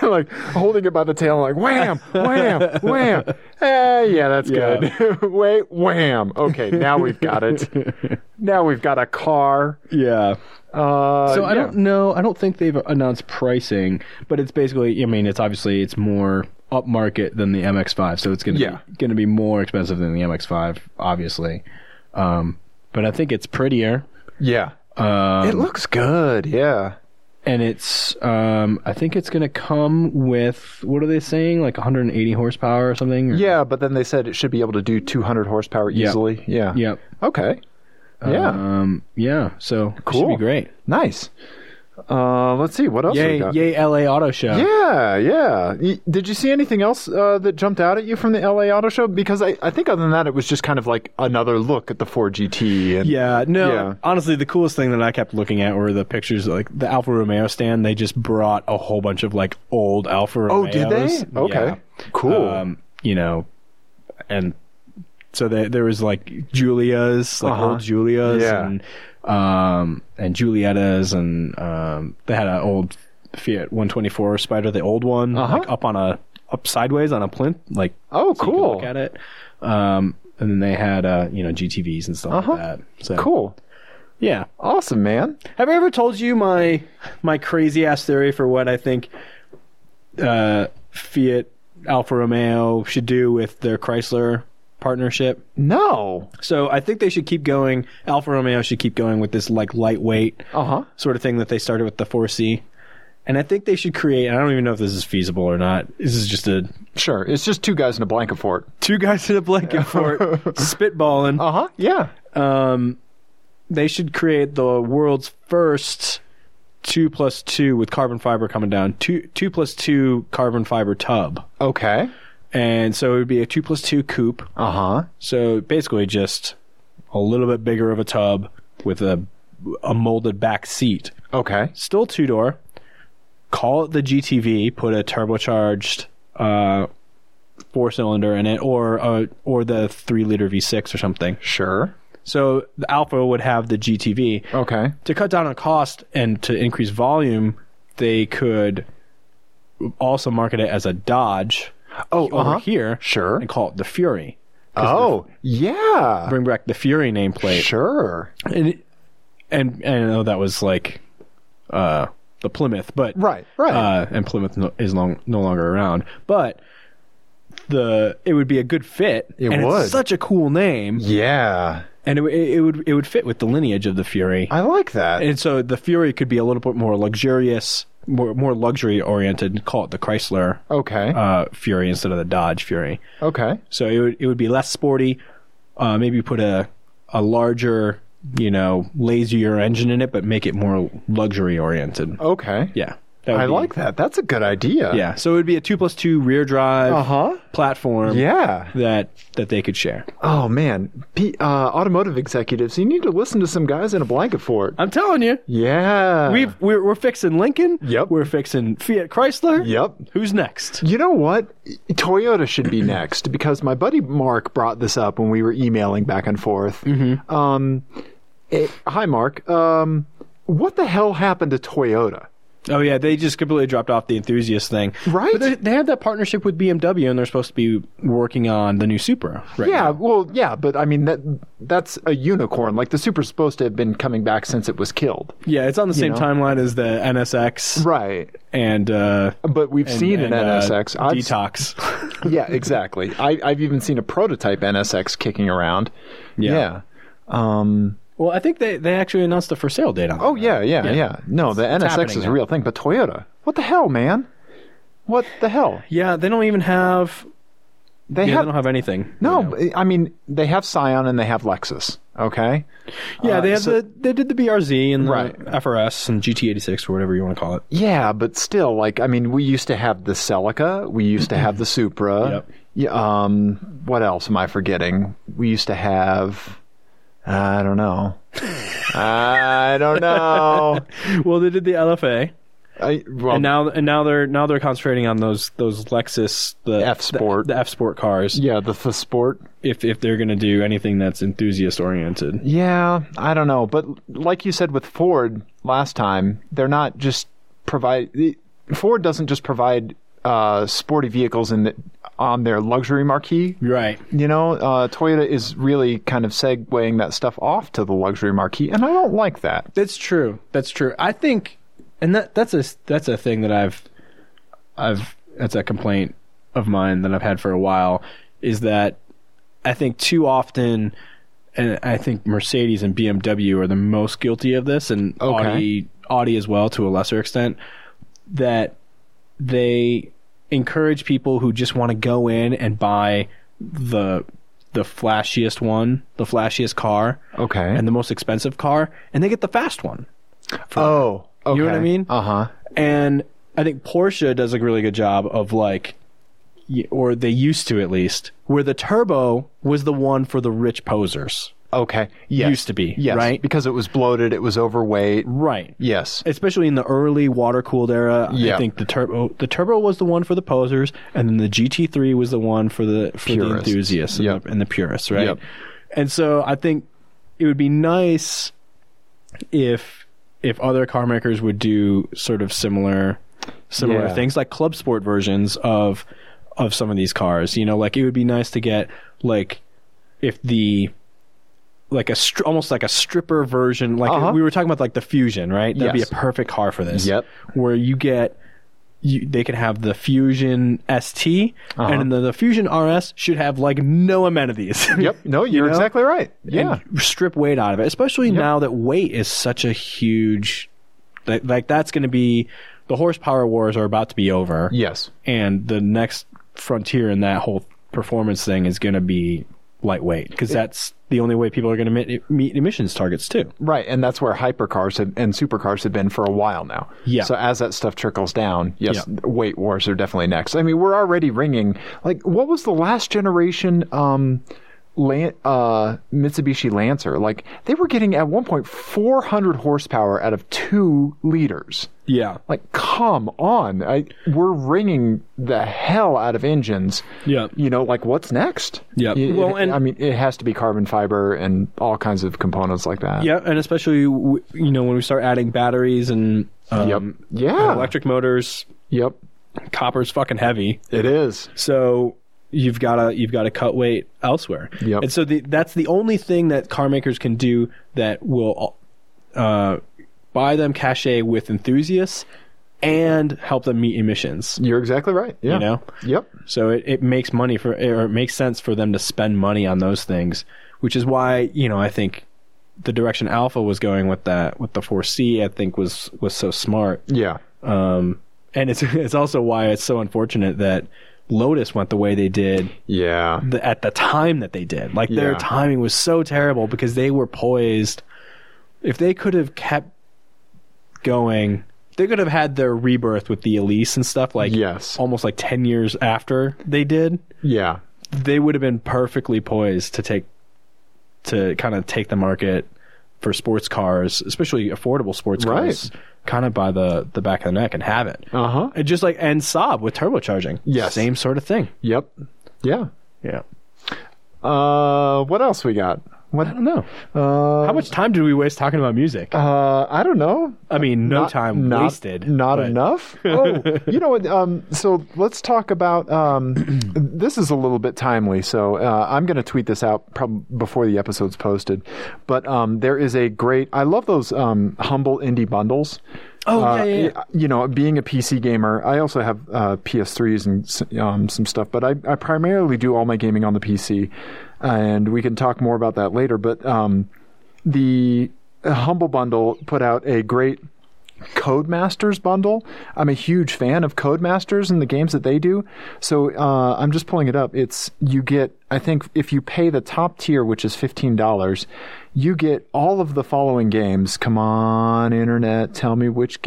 S1: like holding it by the tail, like wham, wham, wham. Eh, yeah, that's
S3: Yeah.
S1: good. (laughs) Wait, wham. Okay, now we've got it.
S3: (laughs)
S1: now we've got a car.
S3: Yeah.
S1: Uh,
S3: So I
S1: yeah.
S3: don't know. I don't think they've announced pricing, but it's basically. I mean, it's obviously it's more upmarket than the MX5, so it's gonna
S1: Yeah.
S3: be, gonna be more expensive than the MX5, obviously. Um, but I think it's prettier.
S1: Yeah,
S3: Um,
S1: it looks good. Yeah.
S3: and it's um, I think it's gonna come with what are they saying like 180 horsepower or something? Or-
S1: Yeah, but then they said it should be able to do 200 horsepower easily. Yeah.
S3: Yep.
S1: Okay. Yeah.
S3: Um, yeah. So it should
S1: Cool.
S3: be great.
S1: nice. Uh, let's see what else we
S3: Yay!
S1: got.
S3: Yay! LA Auto Show.
S1: Yeah, yeah. Y- Did you see anything else uh, that jumped out at you from the LA Auto Show? Because I, I think other than that, it was just kind of like another look at the 4GT. And,
S3: Yeah, no.
S1: Yeah.
S3: Honestly, the coolest thing that I kept looking at were the pictures, like the Alfa Romeo stand. They just brought a whole bunch of like old Alfa
S1: Oh,
S3: Romeos.
S1: did they? Okay.
S3: Yeah.
S1: Cool.
S3: Um, you know, and so there there was like Julia's, like
S1: Uh-huh.
S3: old Julia's,
S1: Yeah.
S3: and um, and Julietta's, and um, they had an old Fiat 124 Spider, the old one,
S1: Uh-huh.
S3: like up on a up sideways on a plinth, like
S1: oh,
S3: so you could
S1: cool.
S3: look at it. Um, and then they had uh, you know GTVs and stuff
S1: Uh-huh.
S3: like that. So
S1: Cool.
S3: yeah.
S1: Awesome, man.
S3: Have I ever told you my my crazy ass theory for what I think uh, Fiat Alfa Romeo should do with their Chrysler partnership?
S1: No.
S3: So I think they should keep going. Alfa Romeo should keep going with this like lightweight
S1: Uh huh.
S3: sort of thing that they started with the 4C. And I think they should create. I don't even know if this is feasible or not. This is just a
S1: Sure. It's just two guys in a blanket fort.
S3: (laughs)
S1: Uh-huh.
S3: two guys in a blanket fort spitballing.
S1: Uh huh. Yeah.
S3: um, they should create the world's first two plus two with carbon fiber coming down two two plus two carbon fiber tub,
S1: Okay.
S3: and so it would be a two plus two coupe.
S1: Uh huh.
S3: So basically, just a little bit bigger of a tub with a a molded back seat.
S1: Okay.
S3: Still two door. Call it the GTV. Put a turbocharged uh, four cylinder in it, or uh, or the three liter V6 or something.
S1: Sure.
S3: So the Alpha would have the GTV
S1: Okay.
S3: to cut down on cost and to increase volume. They could also market it as a Dodge
S1: Oh,
S3: over
S1: uh-huh.
S3: here,
S1: Sure.
S3: and call it the Fury.
S1: Oh, yeah.
S3: Bring back the Fury nameplate.
S1: Sure.
S3: and and and I know that was like uh the Plymouth, but
S1: Right, right.
S3: uh, and Plymouth no, is long, no longer around, but the it would be a good fit.
S1: It
S3: and
S1: would.
S3: It's such a cool name,
S1: Yeah.
S3: and it, it would it would fit with the lineage of the Fury,
S1: I like that.
S3: and so the Fury could be a little bit more luxurious, more more luxury oriented. Call it the Chrysler
S1: okay.
S3: uh, Fury instead of the Dodge Fury.
S1: okay.
S3: So it would it would be less sporty. Uh, maybe put a a larger, you know, lazier engine in it, but make it more luxury oriented.
S1: Okay.
S3: Yeah, that would
S1: Oh. I
S3: be-
S1: like that. That's a good idea.
S3: Yeah, so it would be a two plus two rear drive
S1: Uh-huh.
S3: platform.
S1: Yeah.
S3: that that they could share.
S1: Oh man, P- uh, automotive executives, you need to listen to some guys in a blanket fort.
S3: I'm telling you,
S1: Yeah.
S3: we've we're, we're fixing Lincoln.
S1: Yep.
S3: we're fixing Fiat Chrysler.
S1: Yep.
S3: Who's next?
S1: You know what? Toyota should be next because my buddy Mark brought this up when we were emailing back and forth.
S3: Mm-hmm.
S1: Um, eh, hi, Mark. Um, what the hell happened to Toyota?
S3: Oh yeah, they just completely dropped off the enthusiast thing.
S1: Right.
S3: But they, they had that partnership with BMW, and they're supposed to be working on the new Supra. Right
S1: Yeah,
S3: now.
S1: well, yeah, but I mean that that's a unicorn. Like the Super's supposed to have been coming back since it was killed.
S3: Yeah, it's on the same
S1: know?
S3: timeline as the NSX
S1: Right.
S3: and uh,
S1: But we've seen
S3: and,
S1: an
S3: uh,
S1: NSX. I've s-
S3: detox.
S1: (laughs) yeah, exactly. I, I've even seen a prototype NSX kicking around.
S3: Yeah.
S1: Yeah. Um,
S3: well, I think they, they actually announced a for sale date on.
S1: oh yeah, yeah, yeah, No, the NSX
S3: happening
S1: is a
S3: now.
S1: real thing, but Toyota. What the hell, man? What the hell?
S3: yeah. They don't even have.
S1: They
S3: They, yeah,
S1: have
S3: they don't have anything.
S1: no.
S3: you know.
S1: but, I mean, they have Scion and they have Lexus. Okay.
S3: yeah, they
S1: uh,
S3: have
S1: so-
S3: the they did the BRZ and the
S1: Right.
S3: FRS and GT86 or whatever you want to
S1: (laughs)
S3: call it.
S1: Yeah, but still, like, I mean, we used to have the Celica, we used
S3: (clears throat)
S1: to have the Supra.
S3: Yep.
S1: Yeah, um, what else am I forgetting? We used to have, I
S3: (laughs)
S1: don't know. I don't know.
S3: Well, they did the LFA,
S1: I, well,
S3: and now and now they're now they're concentrating on those those Lexus the
S1: F Sport.
S3: the, F Sport cars.
S1: yeah, the, the Sport.
S3: If if they're going to do anything that's enthusiast oriented,
S1: Yeah, I don't know. But like you said with Ford last time, they're not just provide. Ford doesn't just provide uh, sporty vehicles in the, on their luxury marquee.
S3: right?
S1: You know, uh, Toyota is really kind of segueing that stuff off to the luxury marquee, and I don't like that.
S3: That's true. That's true. I think, and that that's a that's a thing that I've, I've that's a complaint of mine that I've had for a while is that I think too often, and I think Mercedes and BMW are the most guilty of this, and
S1: Okay.
S3: Audi Audi as well to a lesser extent that they encourage people who just want to go in and buy the the flashiest one, the flashiest car
S1: Okay.
S3: and the most expensive car, and they get the fast one.
S1: oh, okay.
S3: You know what I mean?
S1: Uh huh.
S3: And I think Porsche does a really good job of like, y- or they used to at least, where the turbo was the one for the rich posers.
S1: Okay. Yes.
S3: Used to be,
S1: Yes.
S3: right?
S1: Because it was bloated. It was overweight.
S3: Right.
S1: Yes.
S3: Especially in the early water cooled era,
S1: Yeah.
S3: I think the turbo the turbo was the one for the posers, and then the GT3 was the one for the for the
S1: Purists.
S3: enthusiasts and,
S1: Yep.
S3: the, and the purists, right?
S1: Yep.
S3: And so I think it would be nice if if other car makers would do sort of similar similar
S1: Yeah.
S3: things like club sport versions of of some of these cars. You know, like it would be nice to get like if the like a str- almost like a stripper version like
S1: Uh-huh.
S3: we were talking about like the fusion right that'd
S1: Yes.
S3: be a perfect car for this
S1: Yep.
S3: where you get you, they could have the fusion st
S1: Uh-huh.
S3: and then the, the fusion rs should have like no amenities (laughs)
S1: Yep. No, you're
S3: You know?
S1: exactly right. Yeah.
S3: and strip weight out of it, especially now that weight is such a huge that, like that's going to be the horsepower wars are about to be over.
S1: yes.
S3: And the next frontier in that whole performance thing is going to be lightweight because that's the only way people are going to meet, meet emissions targets too.
S1: Right, and that's where hypercars had, and supercars have been for a while now.
S3: Yeah.
S1: So as that stuff trickles down, yes,
S3: Yeah.
S1: weight wars are definitely next. I mean, we're already ringing. Like, what was the last generation um, Lan- uh, Mitsubishi Lancer? Like, they were getting at one point 400 horsepower out of two liters.
S3: Yeah,
S1: Like, come on! I, we're wringing the hell out of engines.
S3: Yeah.
S1: You know, like what's next?
S3: Yeah.
S1: It-
S3: Well,
S1: it-
S3: and-
S1: I mean, it has to be carbon fiber and all kinds of components like that.
S3: yeah, and especially w- you know when we start adding batteries and um,
S1: Yep. Yeah.
S3: electric motors,
S1: Yep.
S3: copper's fucking heavy.
S1: It is.
S3: So you've got to you've got to cut weight elsewhere.
S1: Yep.
S3: And so the, that's the only thing that car makers can do that will uh, buy them cachet with enthusiasts and help them meet emissions.
S1: You're exactly right. Yeah.
S3: You know.
S1: Yep.
S3: So it, it makes money for or it makes sense for them to spend money on those things, which is why you know I think the direction Alpha was going with that with the 4C I think was was so smart.
S1: Yeah.
S3: Um, and it's (laughs) it's also why it's so unfortunate that Lotus went the way they did
S1: Yeah.
S3: the, at the time that they did. Like their
S1: Yeah.
S3: timing was so terrible because they were poised. If they could have kept going, they could have had their rebirth with the Elise and stuff like
S1: Yes.
S3: almost like 10 years after they did.
S1: Yeah.
S3: They would have been perfectly poised to take to kind of take the market for sports cars, especially affordable sports
S1: Right.
S3: cars, kind of by the the back of the neck and have it.
S1: Uh huh.
S3: And just like and Saab with turbocharging.
S1: Yes.
S3: Same sort of thing.
S1: Yep. Yeah.
S3: Yeah.
S1: Uh, what else we got? What?
S3: I don't know.
S1: Uh,
S3: How much time did we waste talking about music?
S1: uh, I don't know.
S3: I mean, no
S1: Not-
S3: time
S1: not,
S3: wasted.
S1: Not
S3: but- (laughs)
S1: enough. Oh, you know what? Um, so let's talk about. Um, (clears throat) this is a little bit timely, so uh, I'm going to tweet this out probably before the episode's posted. But um, there is a great. I love those um, humble indie bundles.
S3: Oh,
S1: Uh,
S3: yeah, yeah, yeah.
S1: You know, being a PC gamer, I also have uh, PS3s and s- um, some stuff, but I, I primarily do all my gaming on the PC, and we can talk more about that later. But um, the Humble Bundle put out a great Codemasters bundle. I'm a huge fan of Codemasters and the games that they do. So uh, I'm just pulling it up. It's you get I think if you pay the top tier, which is fifteen dollars, you get all of the following games. Come on, internet, tell me which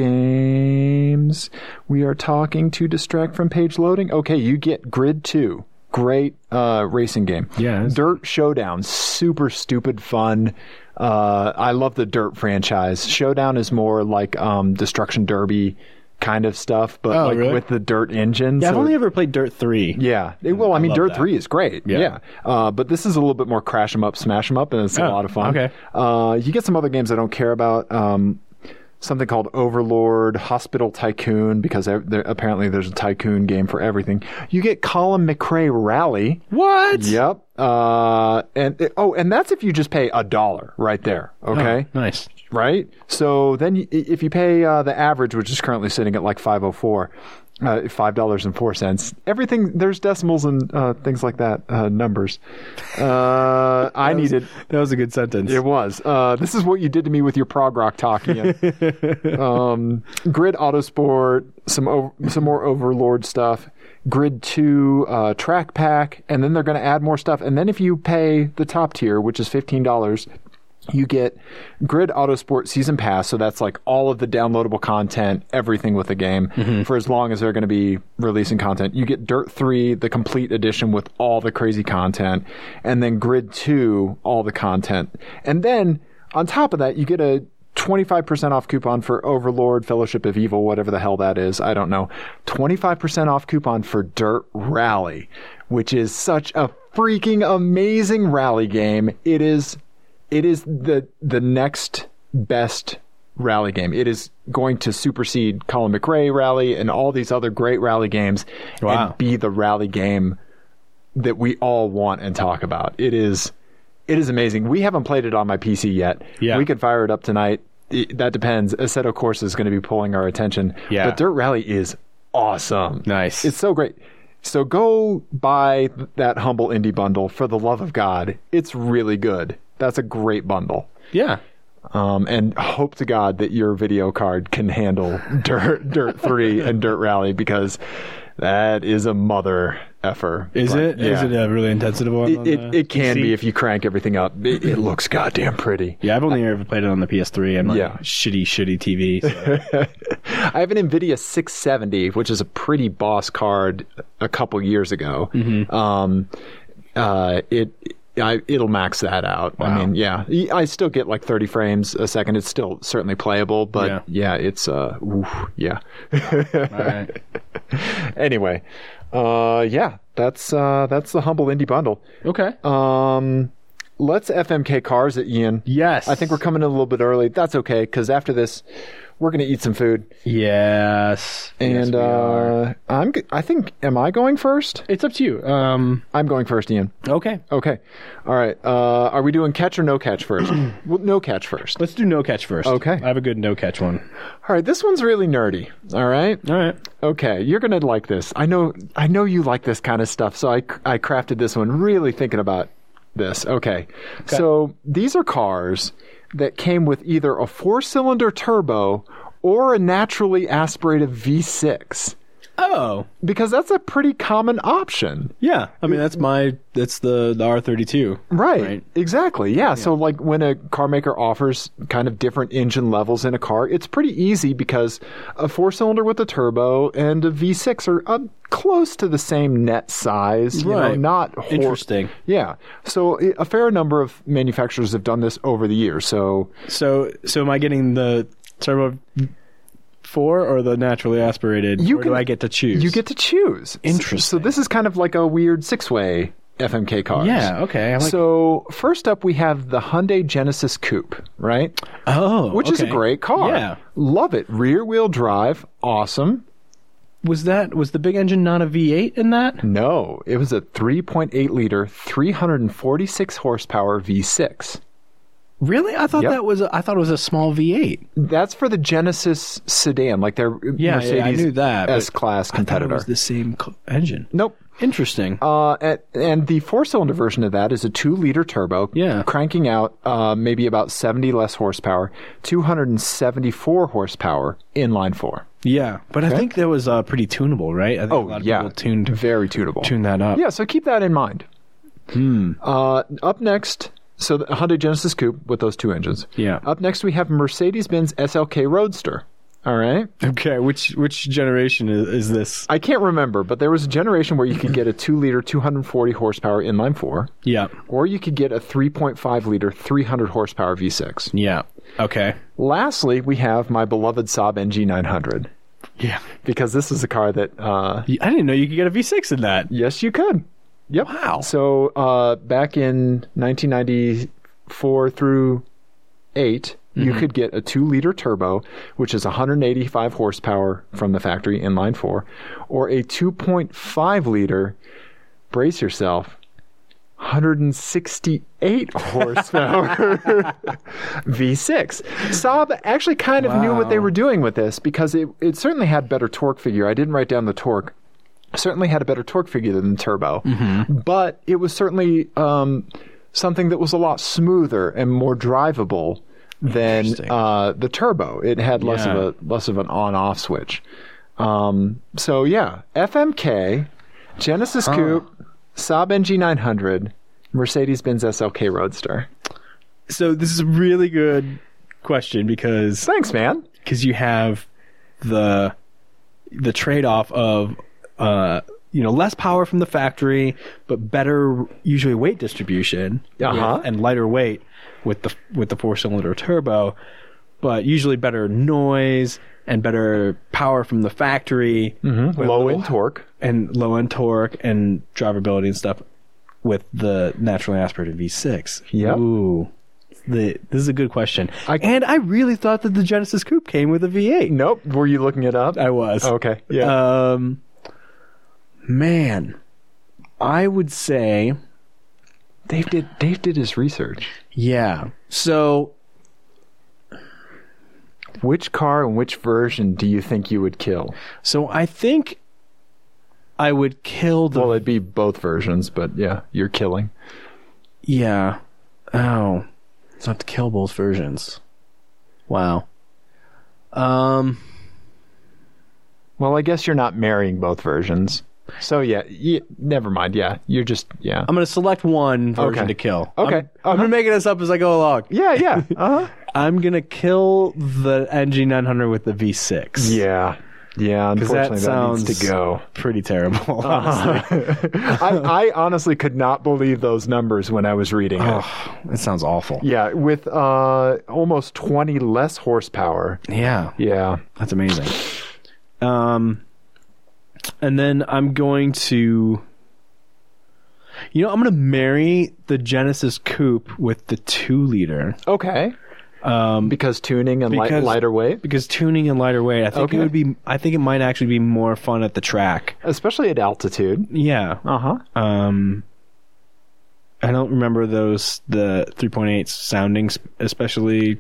S1: games we are talking to distract from page loading. Okay, you get Grid Two. Great uh, racing game.
S3: Yeah, it's-
S1: Dirt Showdown, super stupid fun. Uh, I love the Dirt franchise. Showdown is more like um, Destruction Derby kind of stuff, but
S3: Oh,
S1: like
S3: really?
S1: with the dirt engine.
S3: Yeah, I've
S1: so-
S3: only ever played Dirt 3.
S1: yeah. It- well, I mean,
S3: love
S1: Dirt
S3: that.
S1: 3 is great. Yeah.
S3: Yeah.
S1: Uh, but this is a little bit more crash 'em up, smash 'em up, and it's a
S3: Oh,
S1: lot of fun.
S3: okay.
S1: Uh, you get some other games I don't care about. Um, something called Overlord, Hospital Tycoon, because there, there- apparently there's a tycoon game for everything. You get Colin McRae Rally.
S3: What?
S1: Yep. Uh, and it- oh, and that's if you just pay a dollar right there.
S3: Oh,
S1: Okay.
S3: Nice.
S1: Right. So then, y- if you pay uh, the average, which is currently sitting at like five oh four, uh, five dollars and four cents. Everything there's decimals and uh, things like that. Uh, numbers. Uh, I needed.
S3: (laughs) That was a good sentence.
S1: It was. Uh, this is what you did to me with your prog rock
S3: (laughs)
S1: talk, Ian. um, Grid Autosport, some o- some more Overlord stuff, Grid Two, uh, Track Pack, and then they're going to add more stuff. And then if you pay the top tier, which is fifteen dollars. You get Grid Autosport Season Pass, so that's like all of the downloadable content, everything with the game, for as long as they're going to be releasing content. You get Dirt 3, the complete edition with all the crazy content, and then Grid 2, all the content. And then on top of that, you get a 25% off coupon for Overlord, Fellowship of Evil, whatever the hell that is. I don't know. 25% off coupon for Dirt Rally, which is such a freaking amazing rally game. It is, it is the, the next best rally game. It is going to supersede Colin McRae Rally and all these other great rally games
S3: Wow.
S1: and be the rally game that we all want and talk about. It is it is amazing. We haven't played it on my PC yet.
S3: Yeah.
S1: We could fire it up tonight. It- that depends. Assetto Corsa is going to be pulling our attention.
S3: Yeah.
S1: But Dirt Rally is awesome.
S3: Nice.
S1: It's so great. So go buy that humble indie bundle for the love of God. It's really good. That's a great bundle.
S3: yeah.
S1: Um, and hope to (laughs) God that your video card can handle Dirt Dirt Three and Dirt Rally because That is a mother effer.
S3: Is
S1: But,
S3: it? Is
S1: yeah.
S3: it a really intensive one?
S1: It,
S3: on
S1: it,
S3: the
S1: it can
S3: PC?
S1: be if you crank everything up. It, it looks goddamn pretty.
S3: Yeah, I've only ever played it on the PS3 and my
S1: Yeah.
S3: shitty, shitty TV.
S1: (laughs)
S3: so-
S1: I have an NVIDIA 670, which is a pretty boss card a couple years ago.
S3: Mm-hmm.
S1: Um, uh, it. I, it'll max that out. I mean, yeah, I still get like 30 frames a second. It's still certainly playable, but
S3: Yeah.
S1: yeah, it's uh, oof, yeah.
S3: All right.
S1: (laughs) anyway, uh, yeah, that's uh, that's the humble indie bundle.
S3: Okay.
S1: Um, let's FMK cars at Ian.
S3: yes.
S1: I think we're coming in a little bit early. That's okay because after this, we're gonna eat some food.
S3: Yes. Yes,
S1: And
S3: we are.
S1: uh, I'm. g- I think. Am I going first?
S3: it's up to you. Um. uh,
S1: I'm going first, Ian.
S3: Okay.
S1: Okay. All right. Uh, are we doing catch or no catch first? (clears throat) well, no catch first.
S3: Let's do no catch first.
S1: Okay.
S3: I have a good no catch one.
S1: All right. This one's really nerdy. All right.
S3: All right.
S1: Okay. You're gonna like this. I know. I know you like this kind of stuff. So I I crafted this one really thinking about this. Okay. So these are cars that came with either a four cylinder turbo or a naturally aspirated V6
S3: Oh.
S1: because that's a pretty common option.
S3: Yeah. I mean, that's my. That's the the R thirty two.
S1: Right.
S3: Right.
S1: Exactly. Yeah. So like when a car maker offers kind of different engine levels in a car, it's pretty easy because a four cylinder with a turbo and a V6 are uh, close to the same net size, you know,
S3: Right.
S1: not hor-
S3: Interesting.
S1: Yeah. So i- a fair number of manufacturers have done this over the years. So
S3: So so am I getting the turbo four or the naturally aspirated?
S1: You
S3: or
S1: can-
S3: do I get to choose?
S1: you get to choose.
S3: Interesting.
S1: So, so this is kind of like a weird six-way FMK cars.
S3: Yeah. Okay. I'm like,
S1: so first up we have the Hyundai Genesis Coupe, right?
S3: oh,
S1: which is a
S3: okay.
S1: great car.
S3: Yeah.
S1: Love it. Rear wheel drive. Awesome.
S3: Was that was the big engine not a V eight in that?
S1: No, it was a 3.8 liter, 346 horsepower V6.
S3: Really? I thought
S1: Yep.
S3: that was a, I thought it was a small V eight.
S1: That's for the Genesis sedan, like their
S3: Yeah, yeah,
S1: Mercedes
S3: I knew that, but
S1: S class competitor.
S3: was the same co- engine.
S1: nope.
S3: Interesting.
S1: Uh, and, and the four-cylinder version of that is a two-liter turbo,
S3: Yeah.
S1: cranking out uh, maybe about 70 less horsepower, 274 horsepower inline four. Oh,
S3: yeah, but I think that was uh, pretty tunable, right? I think a lot of people tuned
S1: very tunable.
S3: tuned that up.
S1: Yeah, so keep that in mind. Uh, up next, so the Hyundai Genesis Coupe with those two engines.
S3: Yeah.
S1: Up next, we have Mercedes Benz SLK Roadster. All right.
S3: Okay, which which generation is, is this?
S1: I can't remember, but there was a generation where you could get a 2 liter, 240 horsepower inline four,
S3: Yeah.
S1: or you could get a 3.5 liter, 300 horsepower V6.
S3: Yeah. Okay.
S1: Lastly, we have my beloved Saab NG900,
S3: Yeah.
S1: because this is a car that uh,
S3: I didn't know you could get a V6 in that.
S1: Yes, you could. Yep.
S3: Wow.
S1: So uh, back in 1994 through 8, you could get a 2 liter turbo, which is 185 horsepower from the factory inline 4, or a 2.5 liter, brace yourself, 168 horsepower
S3: (laughs)
S1: V6. Saab actually kind of knew what they
S3: Wow.
S1: were doing with this because it, it certainly had better torque figure. I didn't write down the torque. Certainly had a better torque figure than the turbo,
S3: Mm-hmm.
S1: but it was certainly um, something that was a lot smoother and more drivable than
S3: Interesting.
S1: uh, the turbo. It had less
S3: Yeah.
S1: of a less of an on-off switch. Um, so yeah, FMK, Genesis Coupe, Saab NG900, Mercedes-Benz SLK Roadster.
S3: So this is a really good question because
S1: Thanks, man.
S3: because you have the the trade off of uh, you know less power from the factory, but better usually weight distribution
S1: Uh-huh.
S3: with- and lighter weight with the with the four cylinder turbo, but usually better noise and better power from the factory, with
S1: Mm-hmm. Low
S3: little-
S1: in torque.
S3: and low end torque and drivability and stuff with the naturally aspirated V6.
S1: Yep.
S3: Ooh. The, this is a good question.
S1: I-
S3: and I really thought that the Genesis Coupe came with a V8.
S1: Nope. Were you looking it up?
S3: I was.
S1: okay. Yeah.
S3: Um, man, I would say,
S1: Dave did. Dave did his research.
S3: yeah. So
S1: Which car and which version do you think you would kill?
S3: so I think I would kill the
S1: Well, it'd be both versions, but yeah, you're killing.
S3: Yeah. Oh. It's not to kill both versions. Wow. Um
S1: Well, I guess you're not marrying both versions. So yeah, yeah never mind. Yeah, you're just yeah.
S3: I'm gonna select one version
S1: Okay.
S3: to kill.
S1: Okay. Uh-huh.
S3: I'm, I'm gonna make this up as I go along.
S1: yeah, (laughs) yeah. Uh-huh.
S3: I'm gonna kill the NG900 with the V6.
S1: yeah. Yeah, unfortunately that, needs
S3: sounds-
S1: to go. (laughs)
S3: pretty terrible.
S1: Uh-huh.
S3: Honestly,
S1: I, I honestly could not believe those numbers when I was reading it.
S3: it sounds awful.
S1: Yeah, with uh, almost 20 less horsepower.
S3: Yeah,
S1: Yeah.
S3: that's amazing. Um, and then I'm going to, you know, I'm gonna marry the Genesis Coupe with the two liter
S1: Okay. Um, because tuning and light,
S3: because-
S1: lighter weight,
S3: because tuning and lighter weight. I think
S1: Okay.
S3: it would be. I think it might actually be more fun at the track.
S1: especially at altitude.
S3: Yeah.
S1: Uh huh.
S3: Um, I don't remember those the 3.8 sounding sp- especially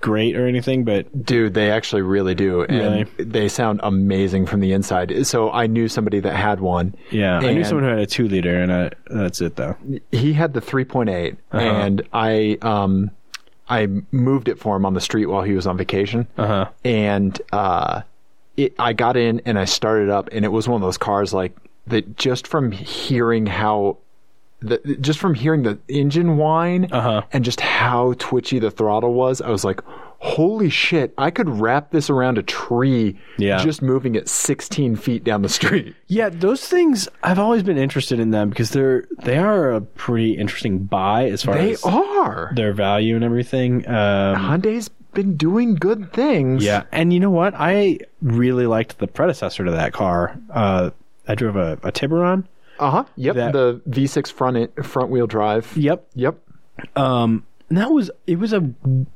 S3: great or anything, but
S1: Dude, they actually really do. And they sound amazing from the inside. So I knew somebody that had one.
S3: yeah, I knew
S1: And-
S3: someone who had a two liter, and I, that's it though.
S1: He had the 3.8,
S3: Uh-huh.
S1: and I, um, I moved it for him on the street while he was on vacation.
S3: Uh huh.
S1: and uh, it, I got in and I started up, and it was one of those cars like that. Just from hearing how, the, just from hearing the engine whine
S3: Uh-huh.
S1: and just how twitchy the throttle was, I was like, "Holy shit! I could wrap this around a tree,
S3: Yeah.
S1: just moving it 16 feet down the street."
S3: Yeah, those things I've always been interested in them because they're they are a pretty interesting buy as far
S1: They
S3: as
S1: are.
S3: their value and everything. Um,
S1: Hyundai's been doing good things.
S3: Yeah, and you know what? I really liked the predecessor to that car. Uh, I drove a, a Tiburon.
S1: Uh huh. Yep.
S3: That-
S1: the V6 front front wheel drive.
S3: Yep,
S1: Yep.
S3: um and that was it was a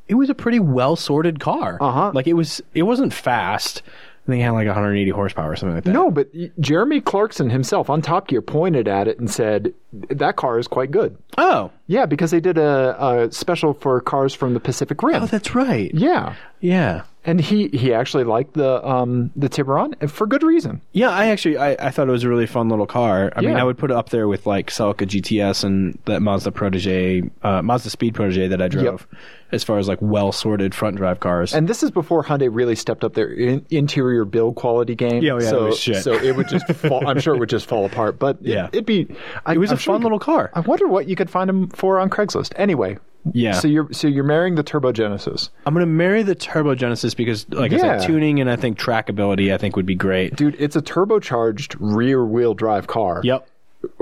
S3: it was a pretty well sorted car
S1: Uh-huh.
S3: like it was it wasn't fast i think it had like 180 horsepower or something like that
S1: No, but Jeremy Clarkson himself on Top Gear pointed at it and said that car is quite good.
S3: oh
S1: Yeah, because they did a, a special for cars from the Pacific Rim.
S3: oh that's right
S1: yeah,
S3: yeah
S1: and he, he actually liked the um, the Tiburon and for good reason.
S3: yeah i actually I, I thought it was a really fun little car i mean
S1: Yeah.
S3: i would put it up there with like celica gts and that mazda protege uh, mazda speed protege that i drove as far as like well sorted front drive cars
S1: And this is before Hyundai really stepped up their in- interior build quality game.
S3: Yeah, oh yeah,
S1: so
S3: it was shit.
S1: so it
S3: (laughs)
S1: would just fall. I'm sure it would just fall apart. But it,
S3: Yeah.
S1: it'd be. I,
S3: it was
S1: I'm
S3: a
S1: sure you
S3: fun
S1: could-
S3: little car
S1: I wonder what you could find them for on Craigslist. Anyway,
S3: yeah
S1: so you're so you're marrying the Turbo Genesis.
S3: i'm gonna marry the turbo genesis because like i
S1: Yeah.
S3: said tuning and i think trackability i think would be great
S1: Dude, it's a turbocharged rear wheel drive car.
S3: yep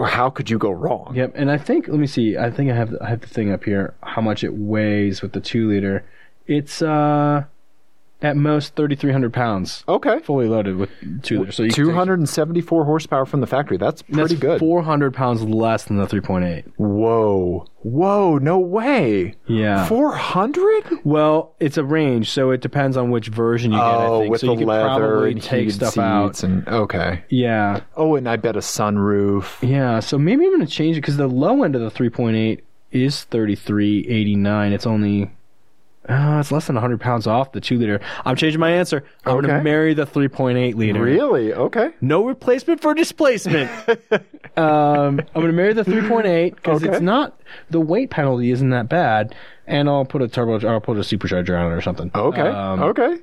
S1: How could you go wrong?
S3: Yep, and I think let me see. I think I have I have the thing up here. How much it weighs with the two liter? It's uh, at most thirty three hundred pounds,
S1: Okay.
S3: fully loaded with two liter. So you can take-
S1: 274 horsepower from the factory. That's
S3: That's
S1: pretty good.
S3: Four hundred pounds less than the three point eight.
S1: Whoa. Whoa, no way.
S3: Yeah.
S1: 400?
S3: Well, it's a range, so it depends on which version you get. I
S1: Oh,
S3: think.
S1: with
S3: so
S1: the
S3: you could
S1: leather
S3: probably
S1: and
S3: take
S1: heated
S3: stuff
S1: seats
S3: out.
S1: and okay.
S3: Yeah,
S1: Oh, and I bet a sunroof.
S3: yeah. So maybe I'm gonna change it because the low end of the three point eight is thirty three eighty nine. It's only. Uh, it's less than 100 pounds off the 2 liter. I'm changing my answer. I'm going
S1: Okay.
S3: to marry the 3.8 liter.
S1: Really? Okay.
S3: No replacement for
S1: (laughs)
S3: displacement. um, I'm going to marry the 3.8 because
S1: Okay.
S3: it's not the weight penalty isn't that bad, and I'll put a turbo. Or I'll put a supercharger on it or something.
S1: Okay.
S3: Um,
S1: okay.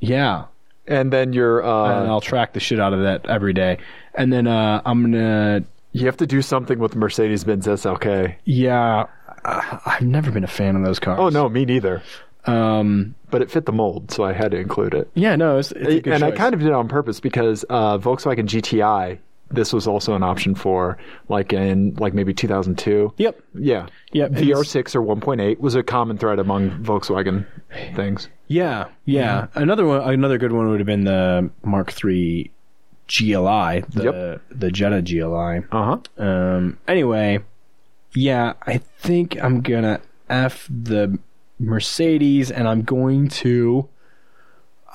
S3: Yeah,
S1: And then you're
S3: and
S1: uh
S3: I'll track the shit out of that every day, and then uh, I'm gonna.
S1: you have to do something with Mercedes-Benz SLK.
S3: Yeah, uh, I've never been a fan of those cars.
S1: Oh no, me neither.
S3: Um.
S1: But it fit the mold, so I had to include it.
S3: Yeah. No. It's, it's a
S1: and
S3: good
S1: I
S3: choice.
S1: kind of did it on purpose because uh, Volkswagen GTI. This was also an option for like in like maybe 2002.
S3: Yep.
S1: Yeah.
S3: Yep. and it's-
S1: VR6 or 1.8 was a common thread among Volkswagen things.
S3: Yeah, yeah. Another one, another good one would have been the Mark III GLI, the
S1: Yep.
S3: the Jetta GLI.
S1: Uh huh.
S3: Um. Anyway, yeah, I think I'm gonna f the Mercedes, and I'm going to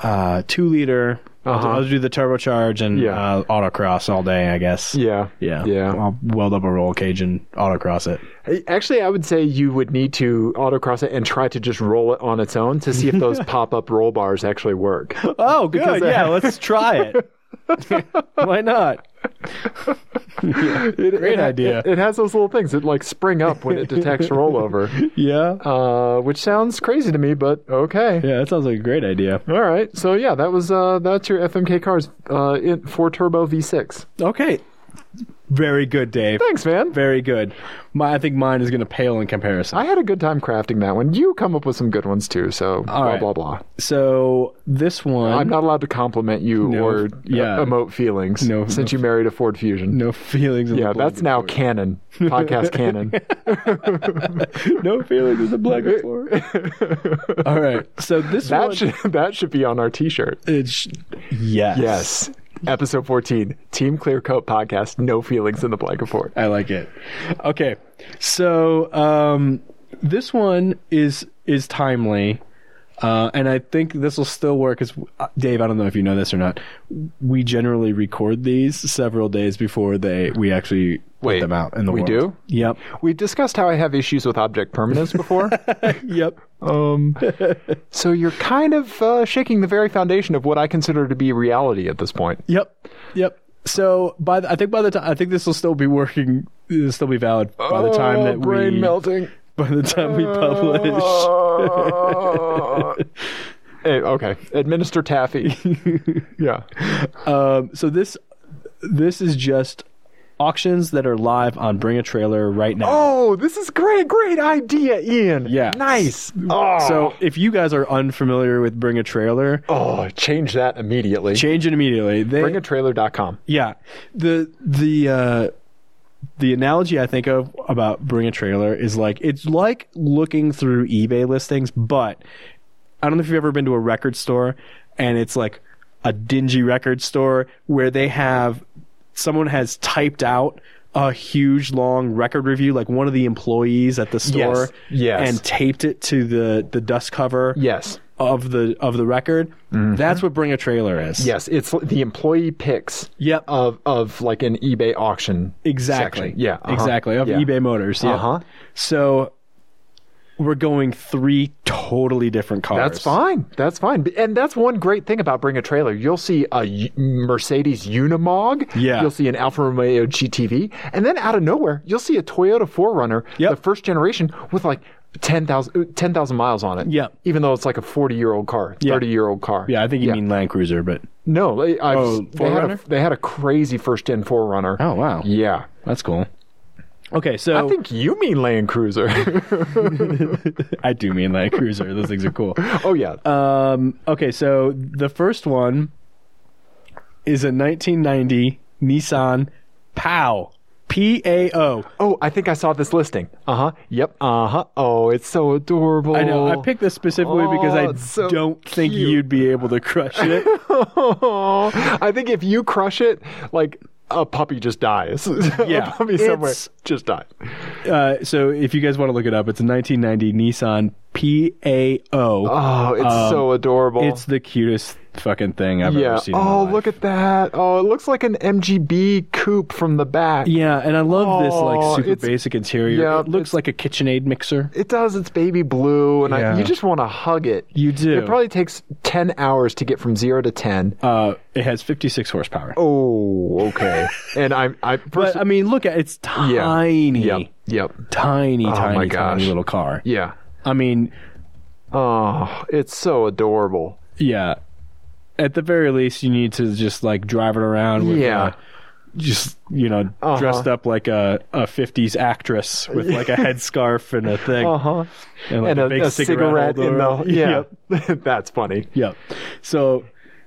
S3: uh two liter. I'll, do-
S1: Uh-huh.
S3: I'll do the turbocharge and
S1: Yeah.
S3: uh, autocross all day, I guess.
S1: Yeah.
S3: Yeah.
S1: Yeah.
S3: I'll weld up a roll cage and autocross it.
S1: I- Actually, I would say you would need to autocross it and try to just roll it on its own to see if
S3: (laughs)
S1: those pop up roll bars actually work.
S3: (laughs) Oh, good. Yeah, let's try it. Why not?
S1: It,
S3: (laughs) Great
S1: it ha-
S3: idea.
S1: It, it has those little things that like spring up when
S3: (laughs)
S1: it detects rollover,
S3: Yeah.
S1: uh, which sounds crazy to me, but okay.
S3: Yeah, that sounds like a great idea.
S1: All right, so yeah, that was uh, that's your FMK cars uh, in four turbo V6.
S3: Okay. Very good, Dave.
S1: Thanks, man.
S3: Very good. My, I think mine is going to pale in comparison.
S1: I had a good time crafting that one. You come up with some good ones too, so blah
S3: right.
S1: blah blah.
S3: So this one,
S1: I'm not allowed to compliment you
S3: No,
S1: or
S3: yeah.
S1: uh, emote feelings
S3: No,
S1: since you married a Ford Fusion.
S3: no feelings. in the
S1: yeah,
S3: blanket
S1: that's now
S3: for
S1: canon.
S3: (laughs)
S1: Podcast canon.
S3: you. no feelings in the blanket floor.
S1: (laughs)
S3: All right. So this
S1: That
S3: one,
S1: should that should be on our T-shirt.
S3: it's yes,
S1: Yes. Episode 14, Team Clear Coat Podcast, No Feelings in the Blanket Fort.
S3: I like it. Okay, so um, this one is is timely, uh, and I think this will still work. As Dave, I don't know if you know this or not. We generally record these several days before they we actually
S1: Wait,
S3: put them out in the
S1: we
S3: world.
S1: do?
S3: Yep.
S1: We discussed how I have issues with object permanence
S3: (laughs)
S1: before.
S3: Yep.
S1: um, so you're kind of uh, shaking the very foundation of what I consider to be reality at this point.
S3: Yep. Yep. So by the, I think by the time I think this will still be working. It'll still be valid by the time that
S1: Oh, brain Oh.
S3: we
S1: melting.
S3: (laughs) by the time we
S1: (laughs)
S3: publish. (laughs)
S1: publish. Eh, okay.
S3: (laughs)
S1: Administer taffy. yeah.
S3: Um, so this this is just auctions that are live on Bring a Trailer right now.
S1: Oh, this is great. Great idea, Ian.
S3: Yeah.
S1: Nice. Oh.
S3: So if you guys are unfamiliar with Bring a Trailer,
S1: oh, change that immediately.
S3: change it immediately. They,
S1: Bringatrailer.com.
S3: yeah, the the uh, the analogy I think of about Bring a Trailer is like it's like looking through eBay listings, but I don't know if you've ever been to a record store and it's like a dingy record store where they have someone has typed out a huge long record review, like one of the employees at the store,
S1: yes.
S3: and taped it to the the dust cover
S1: Yes.
S3: of the of the record. That's what bring a trailer is.
S1: Yes, it's l- the employee picks
S3: Yep.
S1: of of like an eBay auction.
S3: Exactly.
S1: section. Yeah. uh-huh.
S3: Exactly. Of
S1: Yeah.
S3: eBay Motors. Yeah.
S1: Uh-huh.
S3: So we're going three totally different cars.
S1: That's fine. That's fine. B- And that's one great thing about bring a trailer. You'll see a U- Mercedes Unimog.
S3: Yeah.
S1: You'll see an Alfa Romeo GTV, and then out of nowhere, you'll see a Toyota 4Runner,
S3: Yep.
S1: the first generation, with like 10,000 uh, 10,000 miles on it.
S3: Yep.
S1: Even though it's like a forty year old car, thirty year old car.
S3: Yeah, I think you mean Land Cruiser, but
S1: No, they, I've,
S3: Oh,
S1: they had a
S3: 4Runner?
S1: they had a crazy first gen 4Runner.
S3: oh wow,
S1: Yeah.
S3: that's cool. Okay, so
S1: I think you mean Land
S3: (laughs)
S1: Cruiser. (laughs)
S3: I do mean Land Cruiser. Those things are
S1: (laughs)
S3: cool.
S1: oh yeah.
S3: Um, okay, so the first one is a 1990 Nissan POW. P A O.
S1: oh, I think I saw this listing. Uh huh. Yep. Uh huh. Oh, it's so adorable.
S3: I know. I picked this specifically because
S1: Oh,
S3: I
S1: it's so
S3: don't think
S1: cute.
S3: you'd be able to crush
S1: (laughs)
S3: it.
S1: I think if you crush it, like a puppy just dies. (laughs)
S3: Yeah.
S1: a puppy somewhere
S3: It's-
S1: just dies.
S3: Uh, so if you guys want to look it up, it's a 1990 Nissan PAO.
S1: Oh, it's so adorable.
S3: It's the cutest fucking thing I've
S1: yeah.
S3: ever seen. in my
S1: Oh,
S3: life.
S1: look at that. Oh, it looks like an MGB coupe from the back.
S3: Yeah, and I love this
S1: Oh,
S3: like super
S1: it's-
S3: basic interior.
S1: yeah,
S3: it looks
S1: it's-
S3: like a KitchenAid mixer.
S1: It does. It's baby blue, and
S3: Yeah.
S1: I, you just want to hug it.
S3: You do.
S1: It probably takes ten hours to get from zero to ten.
S3: Uh, it has 56 horsepower.
S1: Oh, okay. (laughs) and I'm I
S3: but I mean, look at it's
S1: yeah.
S3: tiny,
S1: Yep. Yep.
S3: tiny, tiny, tiny
S1: my gosh.
S3: little car.
S1: Yeah.
S3: I mean,
S1: Oh, it's so adorable.
S3: yeah. At the very least, you need to just like drive it around. With,
S1: Yeah.
S3: uh, just you know,
S1: Uh-huh.
S3: dressed up like a, a 50s actress with like a headscarf and a thing.
S1: Uh huh.
S3: and, like
S1: And
S3: a,
S1: a,
S3: big
S1: a
S3: cigarette,
S1: cigarette, in the
S3: holder. (laughs)
S1: (laughs) yeah.
S3: Yep.
S1: That's funny.
S3: Yep. So,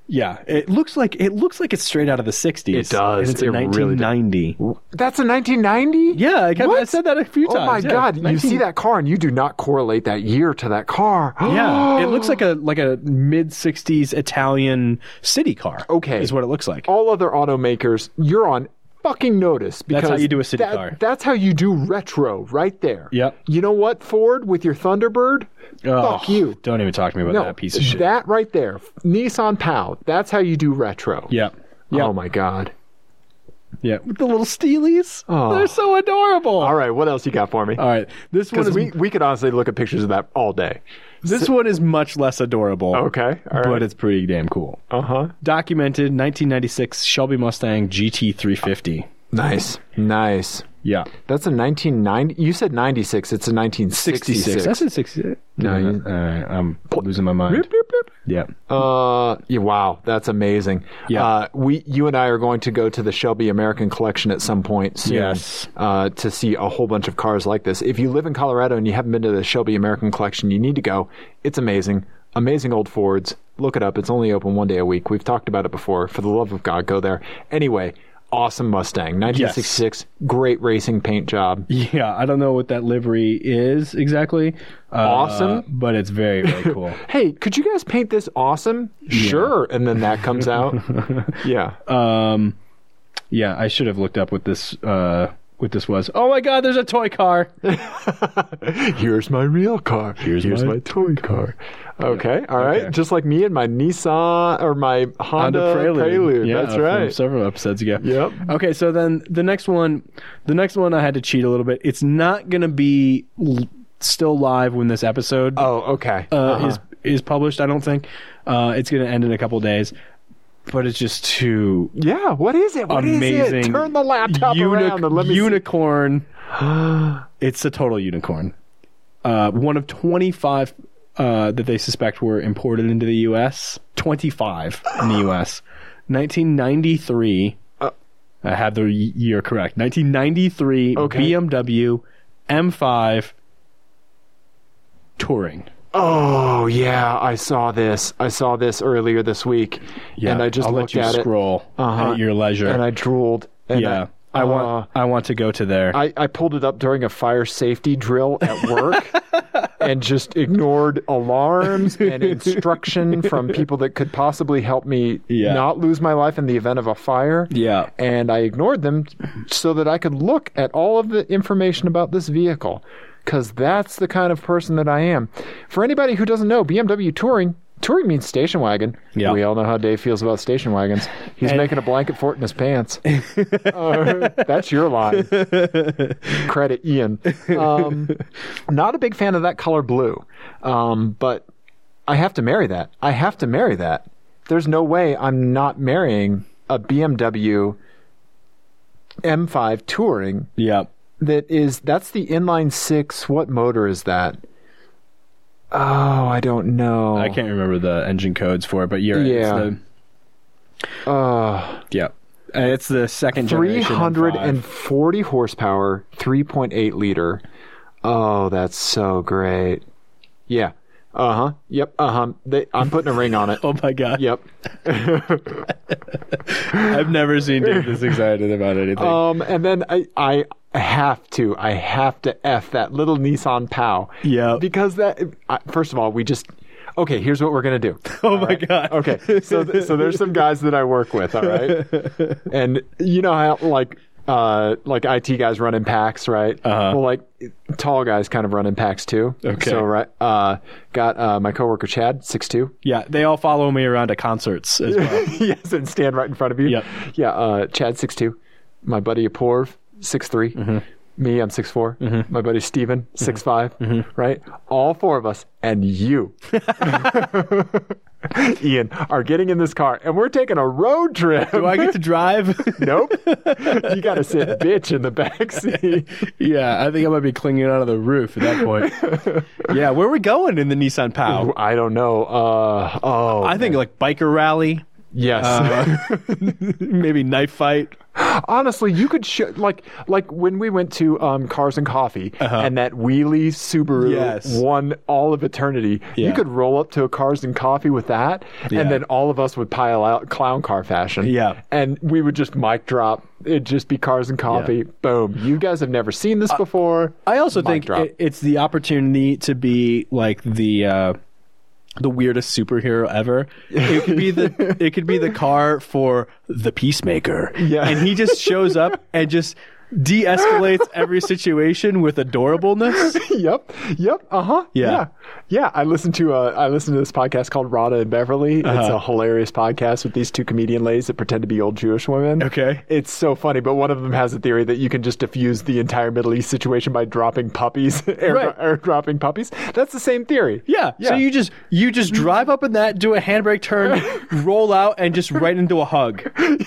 S3: yeah, it looks like it looks like it's straight out of the '60s.
S1: It does.
S3: And it's a
S1: It really does.
S3: 1990.
S1: That's a 1990.
S3: Yeah, I, kept, I
S1: What?
S3: said that a few
S1: Oh
S3: times.
S1: my
S3: yeah.
S1: God! You
S3: 19
S1: see that car, and you do not correlate that year to that car. (gasps)
S3: Yeah, it looks like a like a mid '60s Italian city car.
S1: (gasps) Okay. Oh.
S3: is what it looks like.
S1: all other automakers, you're on fucking notice because
S3: how you do a city
S1: that-
S3: car.
S1: That's how you do retro, right there.
S3: Yep.
S1: You know what, Ford, with your Thunderbird,
S3: Oh,
S1: fuck you.
S3: Don't even talk to me about
S1: No,
S3: that piece of shit.
S1: that right there, Nissan POW. That's how you do retro.
S3: yeah. Yeah.
S1: Oh my God.
S3: yeah. With the little steelies.
S1: Oh.
S3: They're so adorable.
S1: All right, what else you got for me?
S3: All right. This one
S1: Because
S3: Uh, is
S1: we, we could honestly look at pictures of that all day.
S3: this one is much less adorable.
S1: Okay. All right.
S3: But it's pretty damn cool.
S1: uh huh.
S3: documented 1996 Shelby Mustang GT350.
S1: Nice, nice.
S3: Yeah.
S1: That's a 1990. You said 96. It's a 1966.
S3: 66. I said 66. No,
S1: No, you-
S3: all right, I'm losing my mind.
S1: Bloop, bloop, bloop.
S3: Yeah.
S1: Uh, yeah, wow, that's amazing.
S3: Yeah.
S1: Uh, we, you and I are going to go to the Shelby American Collection at some point soon.
S3: Yes.
S1: Uh, to see a whole bunch of cars like this. If you live in Colorado and you haven't been to the Shelby American Collection, you need to go. It's amazing. Amazing old Fords. Look it up. It's only open one day a week. We've talked about it before. For the love of God, go there. Anyway, awesome Mustang. 1966. Great racing paint job.
S3: Yeah, I don't know what that livery is exactly. Uh,
S1: Awesome.
S3: But it's very,
S1: (laughs)
S3: very cool.
S1: Hey, could you guys paint this awesome? Sure. And then that
S3: (laughs)
S1: comes out. yeah.
S3: um, yeah, I should have looked up what this uh, what this was. Oh my God, there's a toy car.
S1: Here's my real car. Here's,
S3: my
S1: toy car. Okay, all right.
S3: Okay.
S1: Just like me and my Nissan or my Honda, Prelude.
S3: Yeah,
S1: That's
S3: from
S1: right.
S3: Several episodes ago.
S1: Yep.
S3: Okay, so then the next one, the next one I had to cheat a little bit. It's not gonna be l- still live when this episode
S1: oh, okay.
S3: uh, is is published. I don't think uh, it's gonna end in a couple days, but it's just too
S1: yeah. What is it? What is
S3: amazing.
S1: it? Turn the laptop
S3: Uni-
S1: around and let me. see-
S3: unicorn. it's a total unicorn. Uh, one of twenty five uh, that they suspect were imported into the U.S. Twenty five in the U.S. Nineteen ninety three.
S1: Uh.
S3: I have the y- year correct. Nineteen ninety three.
S1: Okay.
S3: BMW M five touring.
S1: (gasps) oh yeah, I saw this. I saw this earlier this week, and I just
S3: I'll
S1: looked
S3: let you
S1: at
S3: scroll
S1: Uh-huh.
S3: at your leisure.
S1: it, and I drooled. And uh,
S3: yeah, I, want I want to go to there.
S1: (laughs) I, I pulled it up during a fire safety drill at
S3: (laughs)
S1: work and just ignored alarms and instruction from people that could possibly help me
S3: Yeah.
S1: not lose my life in the event of a fire.
S3: yeah.
S1: And I ignored them so that I could look at all of the information about this vehicle because that's the kind of person that I am. For anybody who doesn't know, BMW Touring. Touring means station wagon.
S3: Yeah.
S1: We all know how Dave feels about station wagons. He's making a blanket fort in his pants. Uh, that's your line. Credit Ian. Um, not a big fan of that color blue, um, but I have to marry that. I have to marry that. There's no way I'm not marrying a BMW M5 Touring
S3: Yeah.
S1: that is that's the inline six. What motor is that? Oh, I don't know.
S3: I can't remember the engine codes for it, but you're
S1: Yeah.
S3: It's
S1: Uh,
S3: the, yeah. Uh, It's the second generation. M5.
S1: 340 horsepower, 3.8 liter. Oh, that's so great. Yeah. Uh huh. Yep. Uh huh. They I'm putting a ring on
S3: (laughs)
S1: it.
S3: Oh my god!
S1: Yep.
S3: I've never seen Dave
S1: (laughs)
S3: this excited about anything.
S1: Um, and then I, I have to, I have to f that little Nissan Pow.
S3: Yeah.
S1: Because that, I, first of all, we just. Okay, here's what we're gonna do.
S3: oh my god!
S1: Okay, so th- so there's some guys that I work with, all
S3: (laughs)
S1: right, and you know how like uh like IT guys run in packs, right?
S3: Uh-huh.
S1: Well, like tall guys kind of run in packs too.
S3: Okay.
S1: So right, uh, got uh my coworker Chad, six two,
S3: (laughs) Yeah, they all follow me around to concerts as
S1: (laughs)
S3: well.
S1: yes, and stand right in front of you.
S3: Yep.
S1: Yeah, uh, Chad six two, my buddy Apoorv six
S3: Mm-hmm.
S1: me I'm six my buddy Steven 6
S3: Mm-hmm.
S1: right? All four of us
S3: (laughs)
S1: and you, (laughs) Ian, are getting in this car and we're taking a road trip.
S3: Do I get to drive?
S1: (laughs) nope, you got to sit bitch in the
S3: (laughs)
S1: back seat.
S3: (laughs) yeah, I think I might be clinging out of the roof at that point.
S1: (laughs)
S3: yeah, where are we going in the Nissan Pow?
S1: I don't know. Uh, oh,
S3: I Uh, think like biker rally,
S1: yes.
S3: (laughs)
S1: (laughs)
S3: maybe knife fight.
S1: Honestly, you could show like like when we went to um, Cars and Coffee and that wheelie Subaru
S3: Uh-huh. Yes.
S1: won all of eternity. You
S3: Yeah.
S1: could roll up to a Cars and Coffee with that,
S3: Yeah.
S1: and then all of us would pile out clown car fashion.
S3: Yeah.
S1: and we would just mic drop. It'd just be Cars and Coffee. Boom! You guys have never seen this before.
S3: Uh, I also
S1: Mic
S3: think
S1: drop.
S3: it, it's the opportunity to be like the uh, the weirdest superhero ever. It could be
S1: (laughs)
S3: the it could be the car for the peacemaker.
S1: Yeah.
S3: and he just shows up and just de-escalates every situation with adorableness.
S1: (laughs) yep. Yep. Uh huh.
S3: Yeah.
S1: yeah. Yeah. I listened to uh, I listened to this podcast called Rada and Beverly. It's
S3: Uh-huh.
S1: a hilarious podcast with these two comedian ladies that pretend to be old Jewish women.
S3: Okay.
S1: It's so funny, but one of them has a theory that you can just diffuse the entire Middle East situation by dropping puppies, (laughs) air,
S3: Right.
S1: air dropping puppies. That's the same theory.
S3: Yeah.
S1: Yeah.
S3: So you just you just drive up in that, do a handbrake turn, roll out, and just right into a hug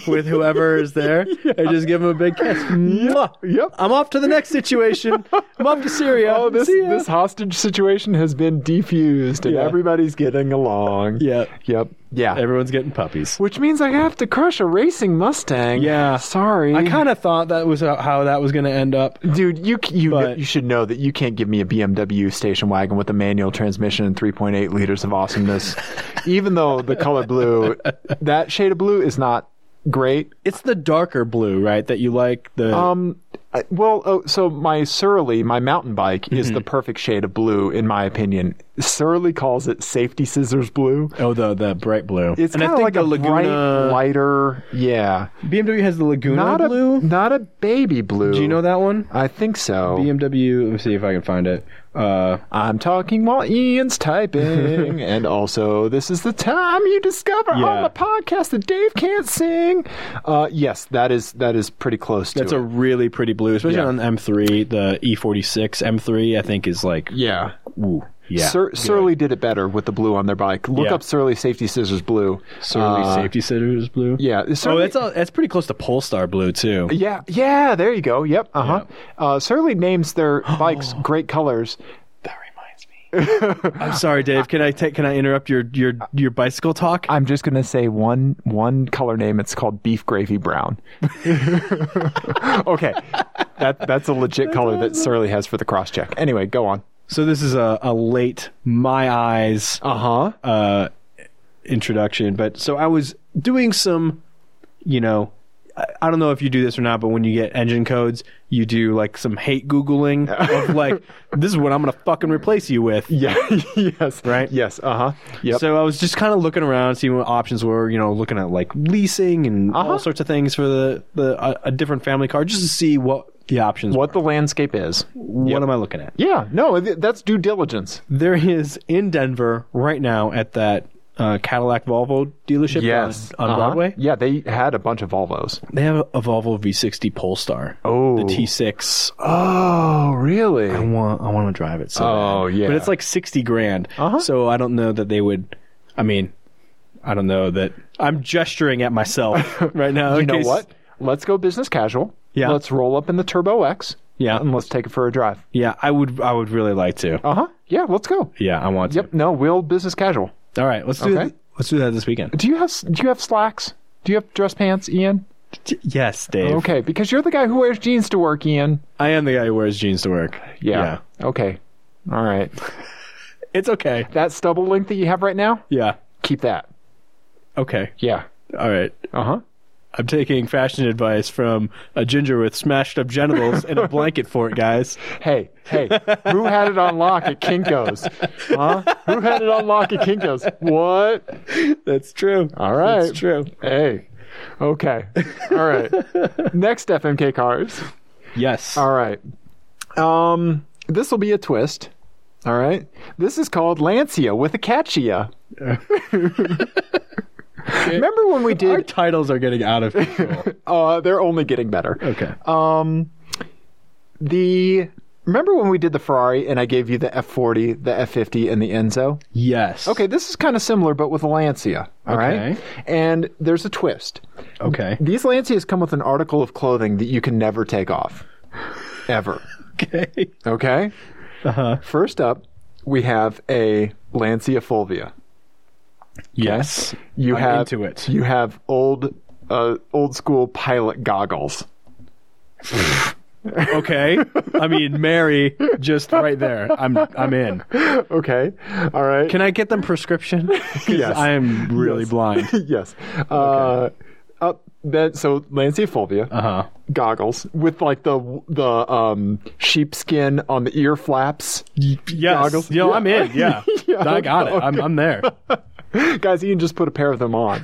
S3: with whoever is
S1: (laughs)
S3: there, and just give them a big kiss. Mwah.
S1: Yep.
S3: I'm off to the next situation. I'm off to Syria.
S1: Oh, this
S3: See ya.
S1: this hostage situation has been defused, and
S3: Yeah.
S1: everybody's getting along.
S3: Yeah.
S1: Yep. Yeah.
S3: Everyone's getting puppies.
S1: Which means I have to crush a racing Mustang.
S3: Yeah.
S1: Sorry.
S3: I kind of thought that was how- how that was going to end up.
S1: Dude, you c- you kn-
S3: But-
S1: you should know that you can't give me a BMW station wagon with a manual transmission and 3.8 liters
S3: (laughs)
S1: of awesomeness. Even though the color blue, that shade of blue is not great.
S3: It's the darker blue, right? That you like the
S1: Um, I- well, oh, so my Surly, my mountain bike, is
S3: Mm-hmm.
S1: the perfect shade of blue in my opinion. Surly calls it safety scissors blue.
S3: oh the the bright blue.
S1: It's
S3: and I
S1: kind of
S3: think
S1: like
S3: the
S1: a bright,
S3: Laguna
S1: lighter. Yeah,
S3: BMW has the Laguna
S1: not
S3: blue.
S1: a not a baby blue.
S3: Do you know that one?
S1: I think so.
S3: BMW. Let me see if I can find it. Uh,
S1: I'm talking while
S3: (laughs)
S1: Ian's typing, and also this is the time you discover on
S3: Yeah.
S1: the podcast that Dave can't sing. Uh, yes, that is that is pretty close
S3: that's
S1: to
S3: a
S1: it.
S3: really pretty blue, especially
S1: Yeah.
S3: on M3. The E E46 M3, I think, is like
S1: Yeah.
S3: ooh, yeah.
S1: Sur- Surly did it better with the blue on their bike. Look
S3: Yeah.
S1: up Surly Safety Scissors Blue.
S3: Surly
S1: Uh,
S3: safety sitters blue.
S1: Yeah.
S3: Oh,
S1: Surly-
S3: that's all, that's pretty close to Polestar blue too.
S1: Yeah, yeah, there you go. Yep. Uh-huh. Uh Surly
S3: (gasps)
S1: names their bikes great colors.
S3: I'm sorry, Dave. Can I take? Can I interrupt your your your bicycle talk?
S1: I'm just gonna say one one color name. It's called beef gravy
S3: (laughs)
S1: brown. okay, that that's a legit color that Surly has for the cross check. Anyway, go on.
S3: So this is a, a late my eyes
S1: Uh huh.
S3: uh, introduction, but so I was doing some, you know, I, I don't know if you do this or not, but when you get engine codes, you do like some hate
S1: (laughs)
S3: googling of like, this is what I'm gonna fucking replace you with.
S1: (laughs) Yeah. yes.
S3: Right?
S1: Yes. Uh huh. Yep.
S3: So I was just kind of looking around, seeing what options were, you know, looking at like leasing and
S1: Uh-huh.
S3: all sorts of things for the the a, a different family car, just to see what the options.
S1: what the landscape is?
S3: What am I looking at?
S1: Yeah. No, th- that's due diligence.
S3: There is in Denver right now at that uh, Cadillac Volvo dealership on, on
S1: Uh-huh.
S3: Broadway.
S1: Yeah, they had a bunch of Volvos.
S3: They have a Volvo V60 Polestar.
S1: Oh.
S3: the T6.
S1: Oh, really?
S3: I want I want to drive it. So
S1: Oh,
S3: bad.
S1: yeah.
S3: but it's like sixty grand.
S1: Uh-huh.
S3: So I don't know that they would. I mean, I don't know that. I'm gesturing at
S1: (laughs)
S3: myself (laughs) right now.
S1: You
S3: in
S1: know
S3: case-
S1: what? Let's go business casual.
S3: Yeah.
S1: Let's roll up in the Turbo X.
S3: Yeah.
S1: And let's take it for a drive.
S3: Yeah, I would. I would really like to.
S1: Uh huh. Yeah. Let's go.
S3: Yeah, I want to.
S1: Yep. No, we'll business casual.
S3: All right, let's do.
S1: Okay.
S3: th- let's do that this
S1: (laughs)
S3: weekend.
S1: Do you have do you have slacks? Do you have dress pants, Ian?
S3: Yes, Dave.
S1: Okay, because you're the guy who wears jeans to work, Ian.
S3: I am the guy who wears jeans to work.
S1: Yeah. Okay. All right.
S3: It's okay.
S1: That stubble link that you have right now,
S3: Yeah.
S1: keep that.
S3: Okay.
S1: Yeah.
S3: All right.
S1: Uh huh.
S3: I'm taking fashion advice from a ginger with smashed up genitals and a blanket fort, guys.
S1: Hey, hey, who had it on lock at Kinko's? Huh? Who had it on lock at Kinko's? What?
S3: (laughs) That's true.
S1: All right.
S3: That's true.
S1: Hey. Okay. All right. Next FMK cars.
S3: (laughs) Yes.
S1: All right. Um, this will be a twist. All right. This is called Lancia with
S3: (laughs)
S1: a catchia. Remember when we
S3: Our
S1: did?
S3: titles are getting out of
S1: (laughs)
S3: control.
S1: Uh, they're only getting better.
S3: okay.
S1: Um, the remember when we did the Ferrari and I gave you the F40, the F50, and the Enzo?
S3: yes.
S1: Okay, this is kind of similar, but with a Lancia. All right.
S3: Okay.
S1: And there's a twist.
S3: Okay.
S1: These Lancias come with an article of clothing that you can never take off, ever.
S3: Okay.
S1: Okay. Uh-huh. First up, we have a Lancia fulvia.
S3: Yes.
S1: You
S3: I'm
S1: have
S3: into it.
S1: You have old, uh, old school pilot goggles. (laughs)
S3: Okay. I mean, Mary, just right there. I'm I'm in.
S1: Okay. All right.
S3: Can I get them (laughs) prescription? 'Cause
S1: Yes.
S3: I am really blind.
S1: (laughs)
S3: (laughs)
S1: yes. Uh, up that so Lancia fulvia
S3: Uh huh.
S1: goggles with like the the um sheepskin on the ear flaps. (laughs)
S3: Yes.
S1: Goggles.
S3: Yo, I'm in. (laughs) Yeah.
S1: Yeah,
S3: I got it. I'm, I'm there.
S1: Guys, Ian just put a pair of them
S3: (laughs)
S1: on.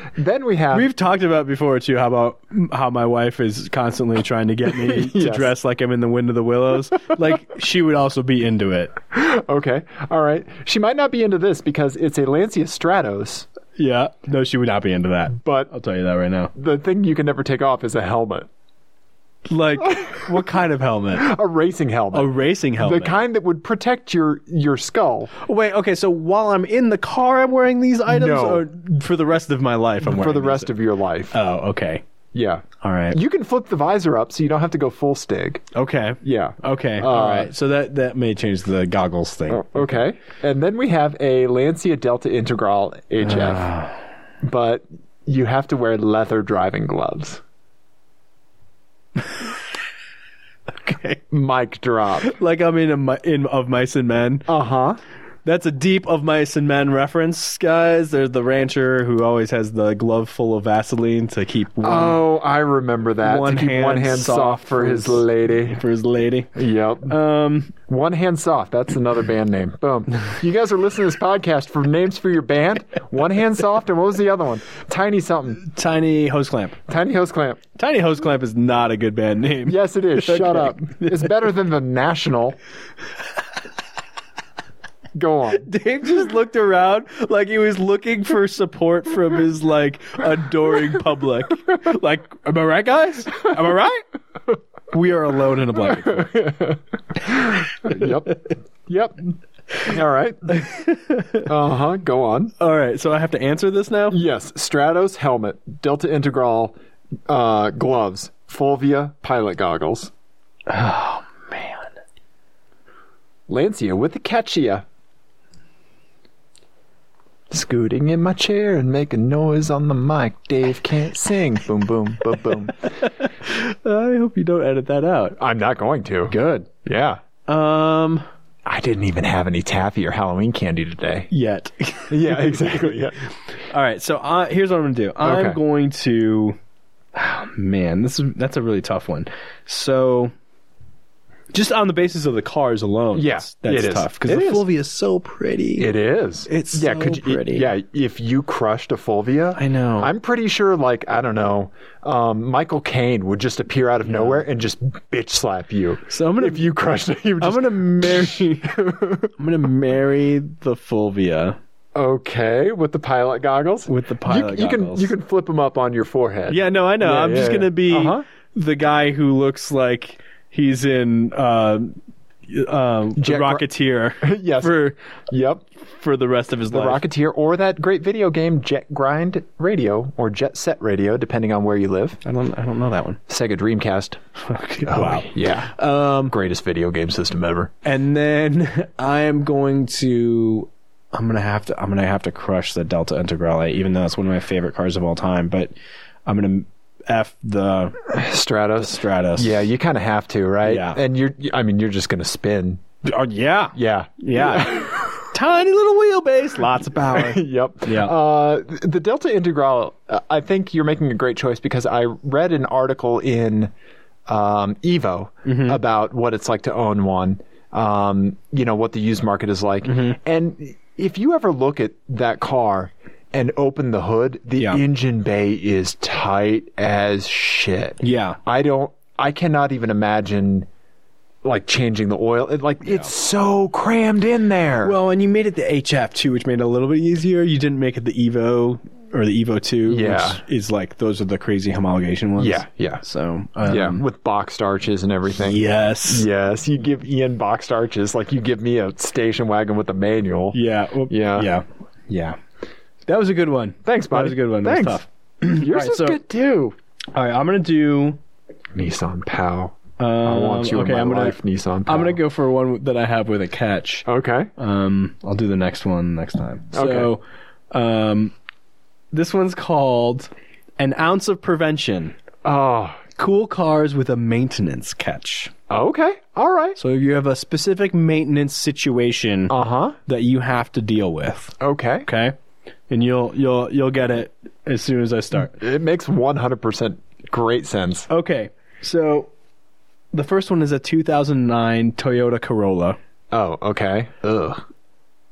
S1: (laughs) then we have
S3: We've talked about before too how about how my wife is constantly trying to get (laughs) me to
S1: Yes.
S3: dress like I'm in the Wind of the Willows. like she would also be into it.
S1: okay, all right. She might not be into this because it's a Lancia Stratos,
S3: Yeah. No, she would not be into that. I'll
S1: but
S3: tell you that right now.
S1: the thing you can never take off is a helmet,
S3: (laughs) Like what kind of helmet?
S1: a racing helmet,
S3: A racing
S1: the
S3: helmet.
S1: kind that would protect your your skull
S3: Wait, okay, so while I'm in the car I'm wearing these items
S1: No.
S3: or for the rest of my life I'm wearing
S1: for the
S3: these?
S1: rest of your life.
S3: Oh, okay.
S1: yeah,
S3: All right.
S1: you can flip the visor up so you don't have to go full stig.
S3: okay.
S1: Yeah.
S3: Okay. all right. So that that may change the goggles thing.
S1: Okay. And then we have a Lancia Delta Integral HF. But you have to wear leather driving gloves.
S3: Okay.
S1: Mic drop.
S3: Like I'm in a, Mi- in of mice and men.
S1: Uh huh.
S3: That's a deep of mice and men reference, guys. There's the rancher who always has the glove full of Vaseline to keep warm
S1: Oh, I remember that.
S3: One
S1: to keep one
S3: hand
S1: hand soft,
S3: soft
S1: for his
S3: is- (laughs)
S1: lady.
S3: for his lady.
S1: Yep.
S3: Um,
S1: one hand soft. That's another band name. Boom. You guys are listening to this podcast for names for your band. One hand soft, and what was the other one? Tiny something.
S3: tiny hose clamp.
S1: Tiny hose clamp.
S3: Tiny hose clamp is not a good band name.
S1: Yes, it is. Shut
S3: Okay.
S1: up. It's better than the national. Go on.
S3: (laughs) Dave just looked around like he was looking for support from his like adoring public. Like, am I right, guys? Am I right? We are alone in a
S1: (laughs)
S3: blanket.
S1: yep. Yep. All right. Uh huh. Go on.
S3: All right, so I have to answer this now.
S1: Yes. Stratos helmet, Delta Integral uh, gloves, Fulvia pilot goggles, Oh,
S3: Man,
S1: Lancia with the catchia. Scooting in my chair and making noise on the mic. Dave can't sing. boom, boom, boom, boom.
S3: I hope you don't edit that out.
S1: I'm not going to.
S3: Good.
S1: Yeah.
S3: Um,
S1: I didn't even have any taffy or Halloween candy today.
S3: yet. (laughs)
S1: Yeah, exactly. Yeah.
S3: All right, so I, here's what I'm gonna do. I'm
S1: Okay.
S3: going to, oh, man, this is that's a really tough one. So, just on the basis of the cars alone,
S1: Yeah,
S3: that's, that's
S1: it is.
S3: tough
S1: It
S3: because the
S1: is.
S3: Fulvia is so pretty.
S1: It is.
S3: It's so
S1: you,
S3: pretty.
S1: Yeah, if you crushed a Fulvia,
S3: I know.
S1: I'm pretty sure, like I don't know, um, Michael Caine would just appear out of nowhere and just bitch slap you.
S3: so I'm gonna
S1: if you crushed it, you would
S3: I'm
S1: just
S3: gonna (laughs) marry I'm gonna marry the Fulvia.
S1: okay with the pilot goggles.
S3: With the
S1: You-
S3: pilot
S1: you,
S3: goggles.
S1: can you can flip them up on your forehead.
S3: Yeah, no, I know.
S1: Yeah,
S3: I'm
S1: yeah,
S3: just gonna
S1: yeah.
S3: be
S1: Uh-huh.
S3: the guy who looks like he's in uh, um,
S1: Jet
S3: (laughs)
S1: Gro-
S3: Rocketeer
S1: Yes.
S3: for
S1: Yep.
S3: for the rest of his
S1: The
S3: life.
S1: Rocketeer or that great video game Jet Grind Radio or Jet Set Radio, depending on where you live.
S3: I don't I don't know that one.
S1: Sega Dreamcast. Uh,
S3: wow.
S1: Yeah.
S3: Um,
S1: Oh, Greatest video game system ever.
S3: and then (laughs) I am going to. I'm gonna have to. I'm gonna have to crush the Delta Integrale, even though that's one of my favorite cars of all time. But I'm gonna f the
S1: Stratos.
S3: Stratus.
S1: Yeah, you kind of have to, right?
S3: Yeah.
S1: And you're, I mean, you're just going to spin.
S3: Oh, yeah.
S1: Yeah.
S3: Yeah. (laughs) Tiny little wheelbase, lots of
S1: (laughs)
S3: power.
S1: Yep.
S3: Yeah.
S1: Uh, the Delta Integral, uh, I think you're making a great choice because I read an article in um, Evo
S3: Mm-hmm.
S1: about what it's like to own one, um, you know, what the used market is like.
S3: Mm-hmm.
S1: And if you ever look at that car and open the hood, the
S3: Yeah.
S1: engine bay is tight as shit.
S3: Yeah.
S1: I don't. I cannot even imagine like changing the oil. It, like it's so crammed in there.
S3: Well, and you made it the HF too, which made it a little bit easier. You didn't make it the Evo or the Evo two,
S1: Yeah.
S3: which is like those are the crazy homologation ones.
S1: Yeah, yeah.
S3: So um,
S1: yeah, with boxed arches and everything.
S3: Yes.
S1: Yes, you give Ian boxed arches like you give me a station wagon with a manual.
S3: Yeah. Oop.
S1: Yeah.
S3: Yeah. Yeah. That was a good one.
S1: Thanks, buddy.
S3: That was a good one.
S1: Thanks.
S3: That was tough.
S1: Yours
S3: Alright,
S1: is
S3: so-
S1: good too.
S3: All right, I'm gonna do.
S1: Nissan Pow.
S3: Um,
S1: I want you
S3: okay,
S1: in my
S3: I'm gonna,
S1: life, Nissan. Pow.
S3: I'm gonna go for one that I have with a catch.
S1: Okay.
S3: Um, I'll do the next one next time. So,
S1: Okay.
S3: um, this one's called an ounce of prevention.
S1: Oh,
S3: Cool cars with a maintenance catch.
S1: okay. All right.
S3: So you have a specific maintenance situation
S1: Uh huh.
S3: that you have to deal with.
S1: Okay.
S3: Okay, and you'll you'll you'll get it as soon as I start.
S1: It makes 100% great sense.
S3: Okay, so the first one is a 2009 Toyota Corolla.
S1: Oh, okay. Ugh.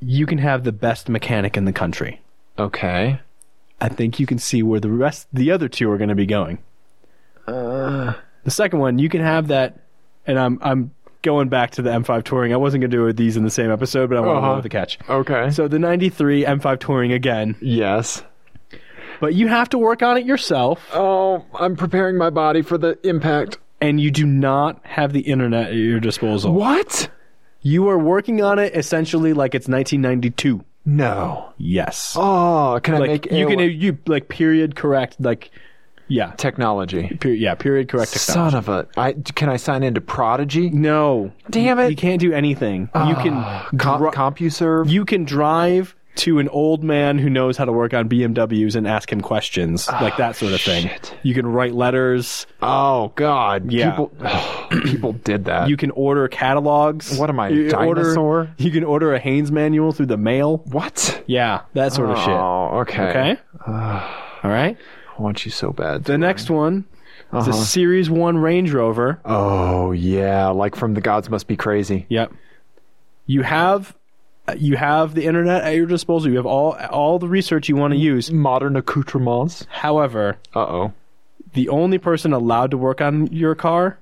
S3: you can have the best mechanic in the country.
S1: Okay.
S3: I think you can see where the rest, the other two are going to be going.
S1: Uh.
S3: the second one, you can have that, and I'm I'm going back to the M5 touring. I wasn't going to do these in the same episode, but I want to
S1: Uh-huh.
S3: go with the catch.
S1: Okay.
S3: So the '93 M5 touring again,
S1: yes.
S3: but you have to work on it yourself,
S1: Oh, I'm preparing my body for the impact.
S3: and you do not have the internet at your disposal.
S1: What?
S3: You are working on it essentially like it's 1992.
S1: No.
S3: Yes,
S1: Oh, can I
S3: like
S1: make
S3: you
S1: air-
S3: can you like period correct like, yeah,
S1: technology?
S3: per- yeah period correct. technology.
S1: Son of a! I can I sign into Prodigy?
S3: No.
S1: Damn
S3: You-
S1: it.
S3: You can't do anything. you
S1: Ah,
S3: can
S1: Com-
S3: dri-
S1: CompuServe.
S3: you can drive to an old man who knows how to work on BMWs and ask him questions, like that sort of thing.
S1: Ah, shit.
S3: You can write letters,
S1: oh God!
S3: Yeah.
S1: (sighs) People, people did that.
S3: you can order catalogs.
S1: What am I, a
S3: You can order-
S1: dinosaur?
S3: you can order a Haynes manual through the mail.
S1: what?
S3: Yeah, that sort of shit.
S1: Oh, okay.
S3: Okay?
S1: (sighs)
S3: All right.
S1: I want you so bad.
S3: The next one is
S1: Uh-huh.
S3: a Series 1 Range Rover.
S1: oh yeah, like from the gods must be crazy.
S3: Yep. You have you have the internet at your disposal. You have all all the research you want to use.
S1: Modern accoutrements.
S3: However,
S1: Uh oh.
S3: the only person allowed to work on your car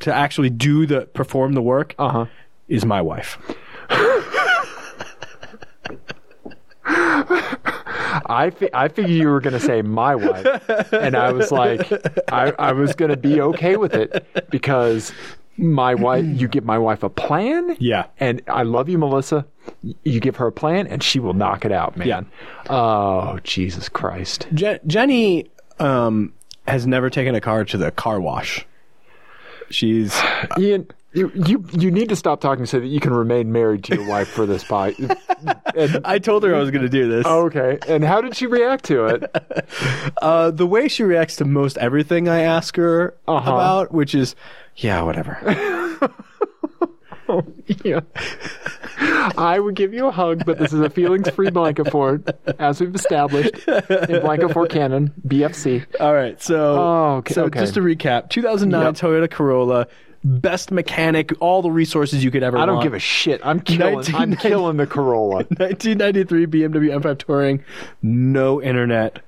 S3: to actually do the perform the work
S1: Uh huh.
S3: is my wife.
S1: I fi- I figured you were gonna say my wife, and I was like, I, I was gonna be okay with it because my wife. You give my wife a plan.
S3: Yeah.
S1: And I love you, Melissa. Y- You give her a plan, and she will knock it out, man.
S3: Yeah.
S1: Oh Jesus Christ!
S3: Je- Jenny um, has never taken a car to the car wash. She's
S1: Ian, you, you you need to stop talking so that you can remain married to your wife for this pod. and,
S3: I told her I was going to do this.
S1: (laughs) okay. And how did she react to it?
S3: Uh, the way she reacts to most everything I ask her
S1: Uh-huh.
S3: about, which is, yeah, whatever.
S1: yeah. (laughs) I would give you a hug, but this is a feelings-free blanket fort, as we've established in blanket fort canon BFC.
S3: All right, so
S1: Oh, okay,
S3: so
S1: okay.
S3: just to recap, 2009
S1: Yep.
S3: Toyota Corolla, best mechanic, all the resources you could ever.
S1: I don't
S3: want.
S1: give a shit. I'm killing. I'm
S3: 1990
S1: killing the
S3: (laughs)
S1: Corolla.
S3: 1993 BMW M5 Touring, no internet.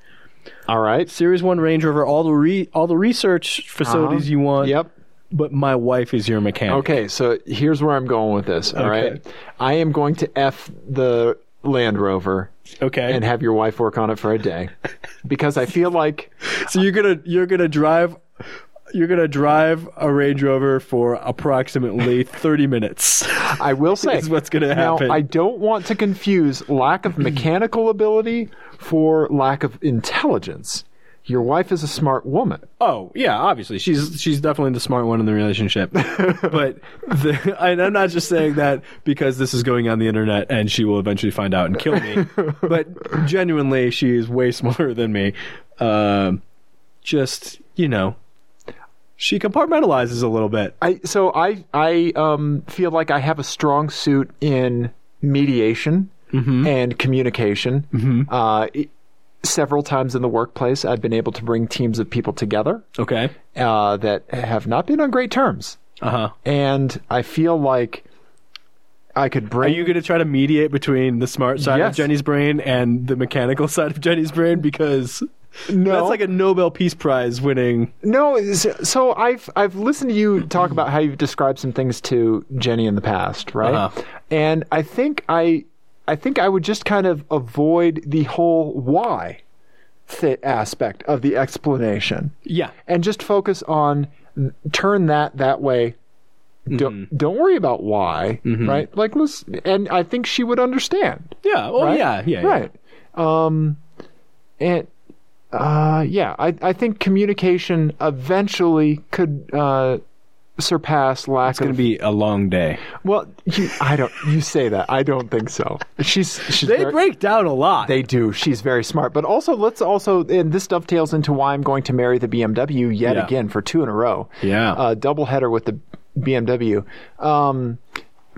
S1: All right.
S3: Series One Range Rover, all the re- all the research facilities
S1: Uh-huh.
S3: you want.
S1: Yep.
S3: But my wife is your mechanic.
S1: Okay, so here's where I'm going with this. All right,
S3: Okay.
S1: I am going to f the Land Rover
S3: Okay.
S1: and have your wife work on it for a day because I feel like
S3: so you're gonna you're gonna drive you're gonna drive a Range Rover for approximately (laughs) 30 minutes.
S1: I will say
S3: Is what's gonna
S1: now,
S3: happen.
S1: I don't want to confuse lack of mechanical ability for lack of intelligence. Your wife is a smart woman.
S3: Oh yeah, obviously she's she's definitely the smart one in the
S1: (laughs)
S3: relationship. but the, (laughs) and I'm not just saying that because this is going on the internet and she will eventually find out and kill me. but genuinely, she is way (laughs) smarter than me. Um, just you know, she compartmentalizes a little bit.
S1: I so I I um feel like I have a strong suit in mediation
S3: Mm-hmm.
S1: and communication. Uh, it- several times in the workplace, I've been able to bring teams of people together
S3: Okay.
S1: uh, that have not been on great terms,
S3: Uh huh.
S1: and I feel like I could
S3: Are
S1: bring.
S3: you going to try to mediate between the smart side
S1: Yes.
S3: of Jenny's brain and the mechanical (laughs) side of Jenny's brain? Because
S1: no,
S3: that's like a Nobel Peace Prize winning.
S1: no. s- So I've I've listened to you talk about how you've described some things to Jenny in the past, right?
S3: Uh-huh.
S1: And I think I I think I would just kind of avoid the whole why thi- aspect of the explanation
S3: Yeah.
S1: and just focus on turn that that way. Don't don't worry about why, right? Like, listen, and I think she would understand.
S3: Yeah. Oh
S1: Right?
S3: yeah. Yeah. yeah.
S1: right um and uh yeah i i think communication eventually could uh surpass lack
S3: It's going
S1: of
S3: to be a long day.
S1: well you, i don't you say that i don't think so she's she's
S3: They
S1: very-
S3: break down a lot.
S1: they do she's very smart but also let's also and this dovetails into why i'm going to marry the bmw yet
S3: Yeah.
S1: again for two in a row
S3: Yeah.
S1: uh double header with the bmw um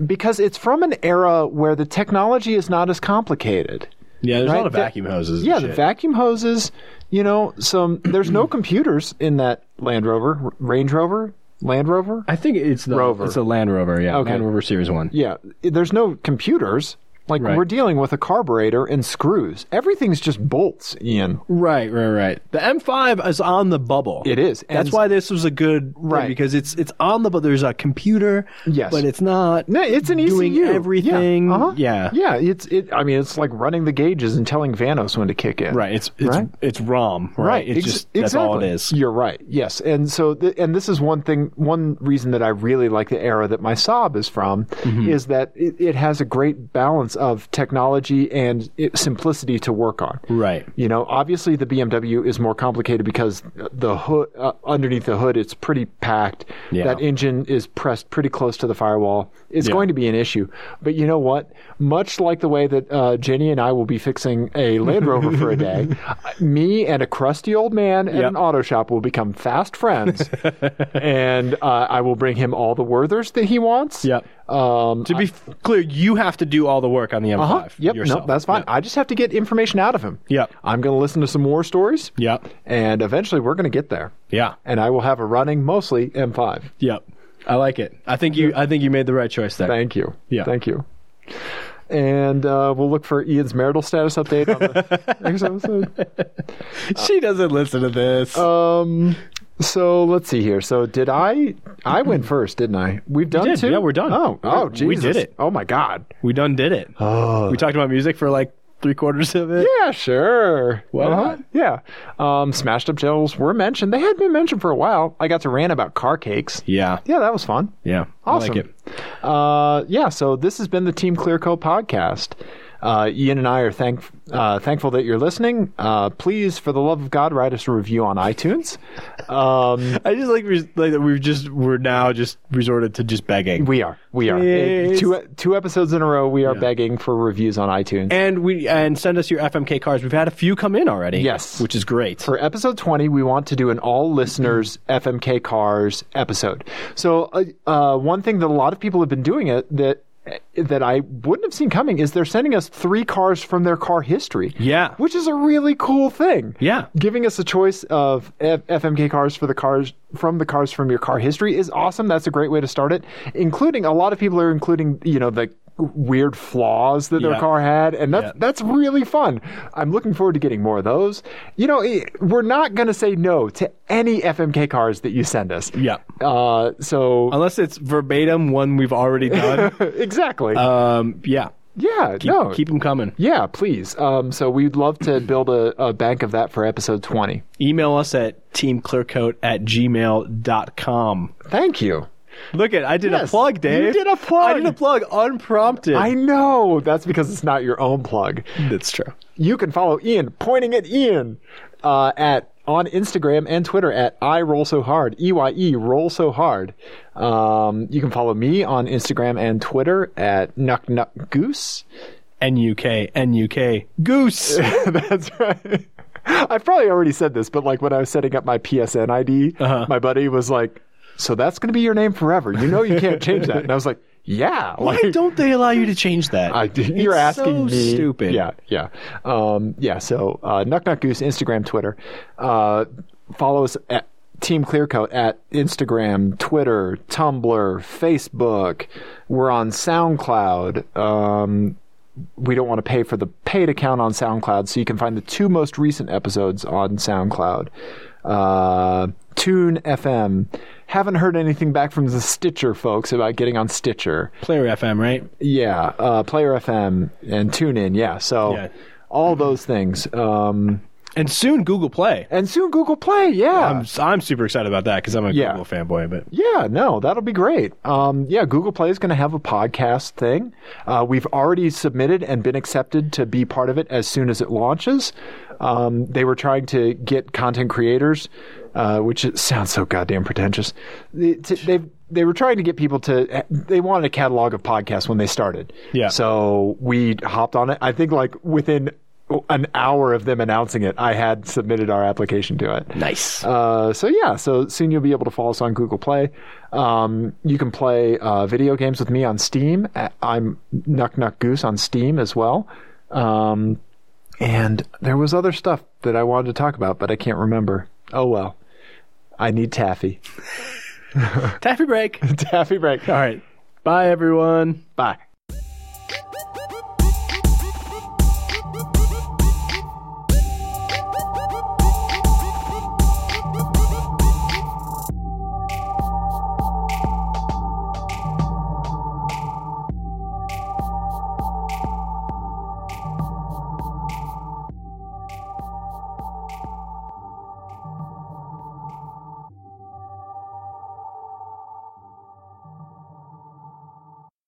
S1: because it's from an era where the technology is not as complicated
S3: yeah, there's a
S1: right,
S3: lot of
S1: that-
S3: vacuum hoses.
S1: yeah,
S3: and
S1: the
S3: shit.
S1: vacuum hoses. You know, some there's no computers in that Land Rover, R- Range Rover, Land Rover.
S3: I think it's the
S1: Rover.
S3: It's the Land Rover. Yeah,
S1: Okay.
S3: Land Rover Series One.
S1: Yeah, i- there's no computers, Like
S3: Right.
S1: we're dealing with a carburetor and screws. Everything's just bolts, Ian.
S3: Right, right, right. The M5 is on the bubble.
S1: It is.
S3: That's
S1: And-
S3: why this was a good thing,
S1: Right.
S3: because it's it's on the but there's a computer.
S1: Yes.
S3: but it's not.
S1: No, it's an
S3: doing
S1: ECU.
S3: everything.
S1: Yeah. uh
S3: Yeah.
S1: yeah. It's it. I mean, it's like running the gauges and telling Vanos when to kick in.
S3: Right. It's it's
S1: Right.
S3: it's ROM. Right. It's
S1: Ex-
S3: just that's all it
S1: exactly.
S3: is.
S1: You're right. Yes. And so, th- and this is one thing, one reason that I really like the era that my Saab is from
S3: Mm-hmm.
S1: is that it, it has a great balance of technology and it, simplicity to work on.
S3: Right.
S1: You know, obviously the BMW is more complicated because the hood uh, underneath the hood it's pretty packed.
S3: Yeah.
S1: That engine is pressed pretty close to the firewall. It's
S3: Yeah.
S1: going to be an issue. But you know what? Much like the way that uh, Jenny and I will be fixing a Land Rover for
S3: (laughs)
S1: a day, me and a crusty old man at
S3: Yep.
S1: an auto shop will become
S3: (laughs)
S1: fast friends, and uh, I will bring him all the Werthers that he wants.
S3: Yep.
S1: Um,
S3: To be f- clear, you have to do all the work on the M5
S1: uh-huh. Yep.
S3: yourself.
S1: No, that's fine. I just have to get information out of him.
S3: Yep.
S1: I'm going to listen to some war stories.
S3: Yep.
S1: And eventually we're going to get there.
S3: Yeah.
S1: And I will have a running mostly M5.
S3: Yep. I like it. I think you I think you made the right choice there.
S1: Thank you.
S3: Yeah.
S1: Thank you. And uh, we'll look for Ian's marital status update
S3: (laughs)
S1: on the next episode.
S3: she doesn't listen to this.
S1: Um, so let's see here. So did I? I went first, didn't I? We've done
S3: Mm-hmm. did.
S1: two.
S3: Yeah, we're done.
S1: Oh, oh,
S3: We-
S1: Jesus.
S3: we did it.
S1: Oh my God.
S3: we done did it.
S1: Oh,
S3: we talked about music for like three quarters of it.
S1: Yeah, sure. Uh-huh.
S3: Why not?
S1: Yeah. Um, smashed up gels were mentioned. They had been mentioned for a while. I got to rant about car cakes.
S3: Yeah.
S1: Yeah, that was fun.
S3: Yeah.
S1: Awesome.
S3: I like it.
S1: Uh, yeah, so this has been the Team Clear Co podcast. Uh, Ian and I are thank, uh, thankful that you're listening. Uh, please, for the love of God, write us a review on iTunes. Um,
S3: I just like, res- like that we've just we're now just resorted to just begging.
S1: we are. We are.
S3: Yes.
S1: Two, two episodes in a row, we are begging for reviews on iTunes.
S3: and we and send us your FMK cars. We've had a few come in already.
S1: Yes.
S3: which is great.
S1: for episode 20 we want to do an all listeners fmk cars episode so uh, uh, one thing that a lot of people have been doing it that that I wouldn't have seen coming is they're sending us three cars from their car history.
S3: Yeah.
S1: Which is a really cool thing.
S3: Yeah.
S1: Giving us a choice of F- FMK cars for the cars from the cars from your car history is awesome. That's a great way to start it. Including a lot of people are including, you know, the weird flaws that
S3: Yeah.
S1: their car had and that's
S3: Yeah.
S1: that's really fun. I'm looking forward to getting more of those. You know, eh, we're not going to say no to any FMK cars that you send us.
S3: Yeah.
S1: Uh, so
S3: Unless it's verbatim one we've already done.
S1: (laughs) exactly.
S3: um, yeah,
S1: yeah.
S3: keep,
S1: no.
S3: keep them coming.
S1: yeah, please. Um, so we'd love to build a, a bank of that for episode 20.
S3: Email us at teamclearcoat at gmail.com.
S1: Thank you.
S3: Look at I did a
S1: Yes,
S3: plug, Dave.
S1: you did a plug.
S3: I did a plug unprompted.
S1: I (laughs) know. That's because it's not your own plug.
S3: That's true.
S1: You can follow Ian, pointing at Ian, uh, at on Instagram and Twitter at I roll so hard, E Y E roll so hard. Um, you can follow me on Instagram and Twitter at Nuck Nuck Goose. (laughs)
S3: NUK, NUK, goose.
S1: That's right. I've probably already said this, but like when I was setting up my PSN ID, my buddy was like, "So that's going to be your name forever. You know you can't change that." And I was like, "Yeah."
S3: Why
S1: like,
S3: don't they allow you to change that?
S1: I, you're
S3: It's
S1: asking
S3: so
S1: me.
S3: Stupid.
S1: Yeah, yeah, um, yeah. So uh, Nuck Nuck Goose Instagram, Twitter. Uh, follow us at Team Clearcoat at Instagram, Twitter, Tumblr, Facebook. We're on SoundCloud. Um, we don't want to pay for the paid account on SoundCloud, so you can find the two most recent episodes on SoundCloud. Uh, Tune FM. Haven't heard anything back from the Stitcher folks about getting on Stitcher.
S3: Player FM, right?
S1: Yeah, uh, Player FM and TuneIn. Yeah, so
S3: Yeah.
S1: all those things. Um,
S3: And soon Google Play.
S1: and soon Google Play. Yeah,
S3: I'm I'm super excited about that because I'm a
S1: Uh, Yeah.
S3: Google fanboy. But (laughs)
S1: yeah. No, that'll be great. Um, yeah, Google Play is going to have a podcast thing. Uh, we've already submitted and been accepted to be part of it as soon as it launches. Um, they were trying to get content creators, uh, which it (laughs) sounds so goddamn pretentious. They, t- they they were trying to get people to. eh, They wanted a catalog of podcasts when they started.
S3: Yeah.
S1: So So we hopped on it. I think like within an hour of them announcing it, I had submitted our application to it.
S3: nice.
S1: Uh, so yeah, so soon you'll be able to follow us on Google Play. Um, you can play uh, video games with me on Steam. Uh, I'm Nuck Nuck Goose on Steam as well. Um, and there was other stuff that I wanted to talk about, but I can't remember. Oh well, I need taffy. (laughs)
S3: Taffy break.
S1: taffy break.
S3: All right. Bye, everyone.
S1: Bye.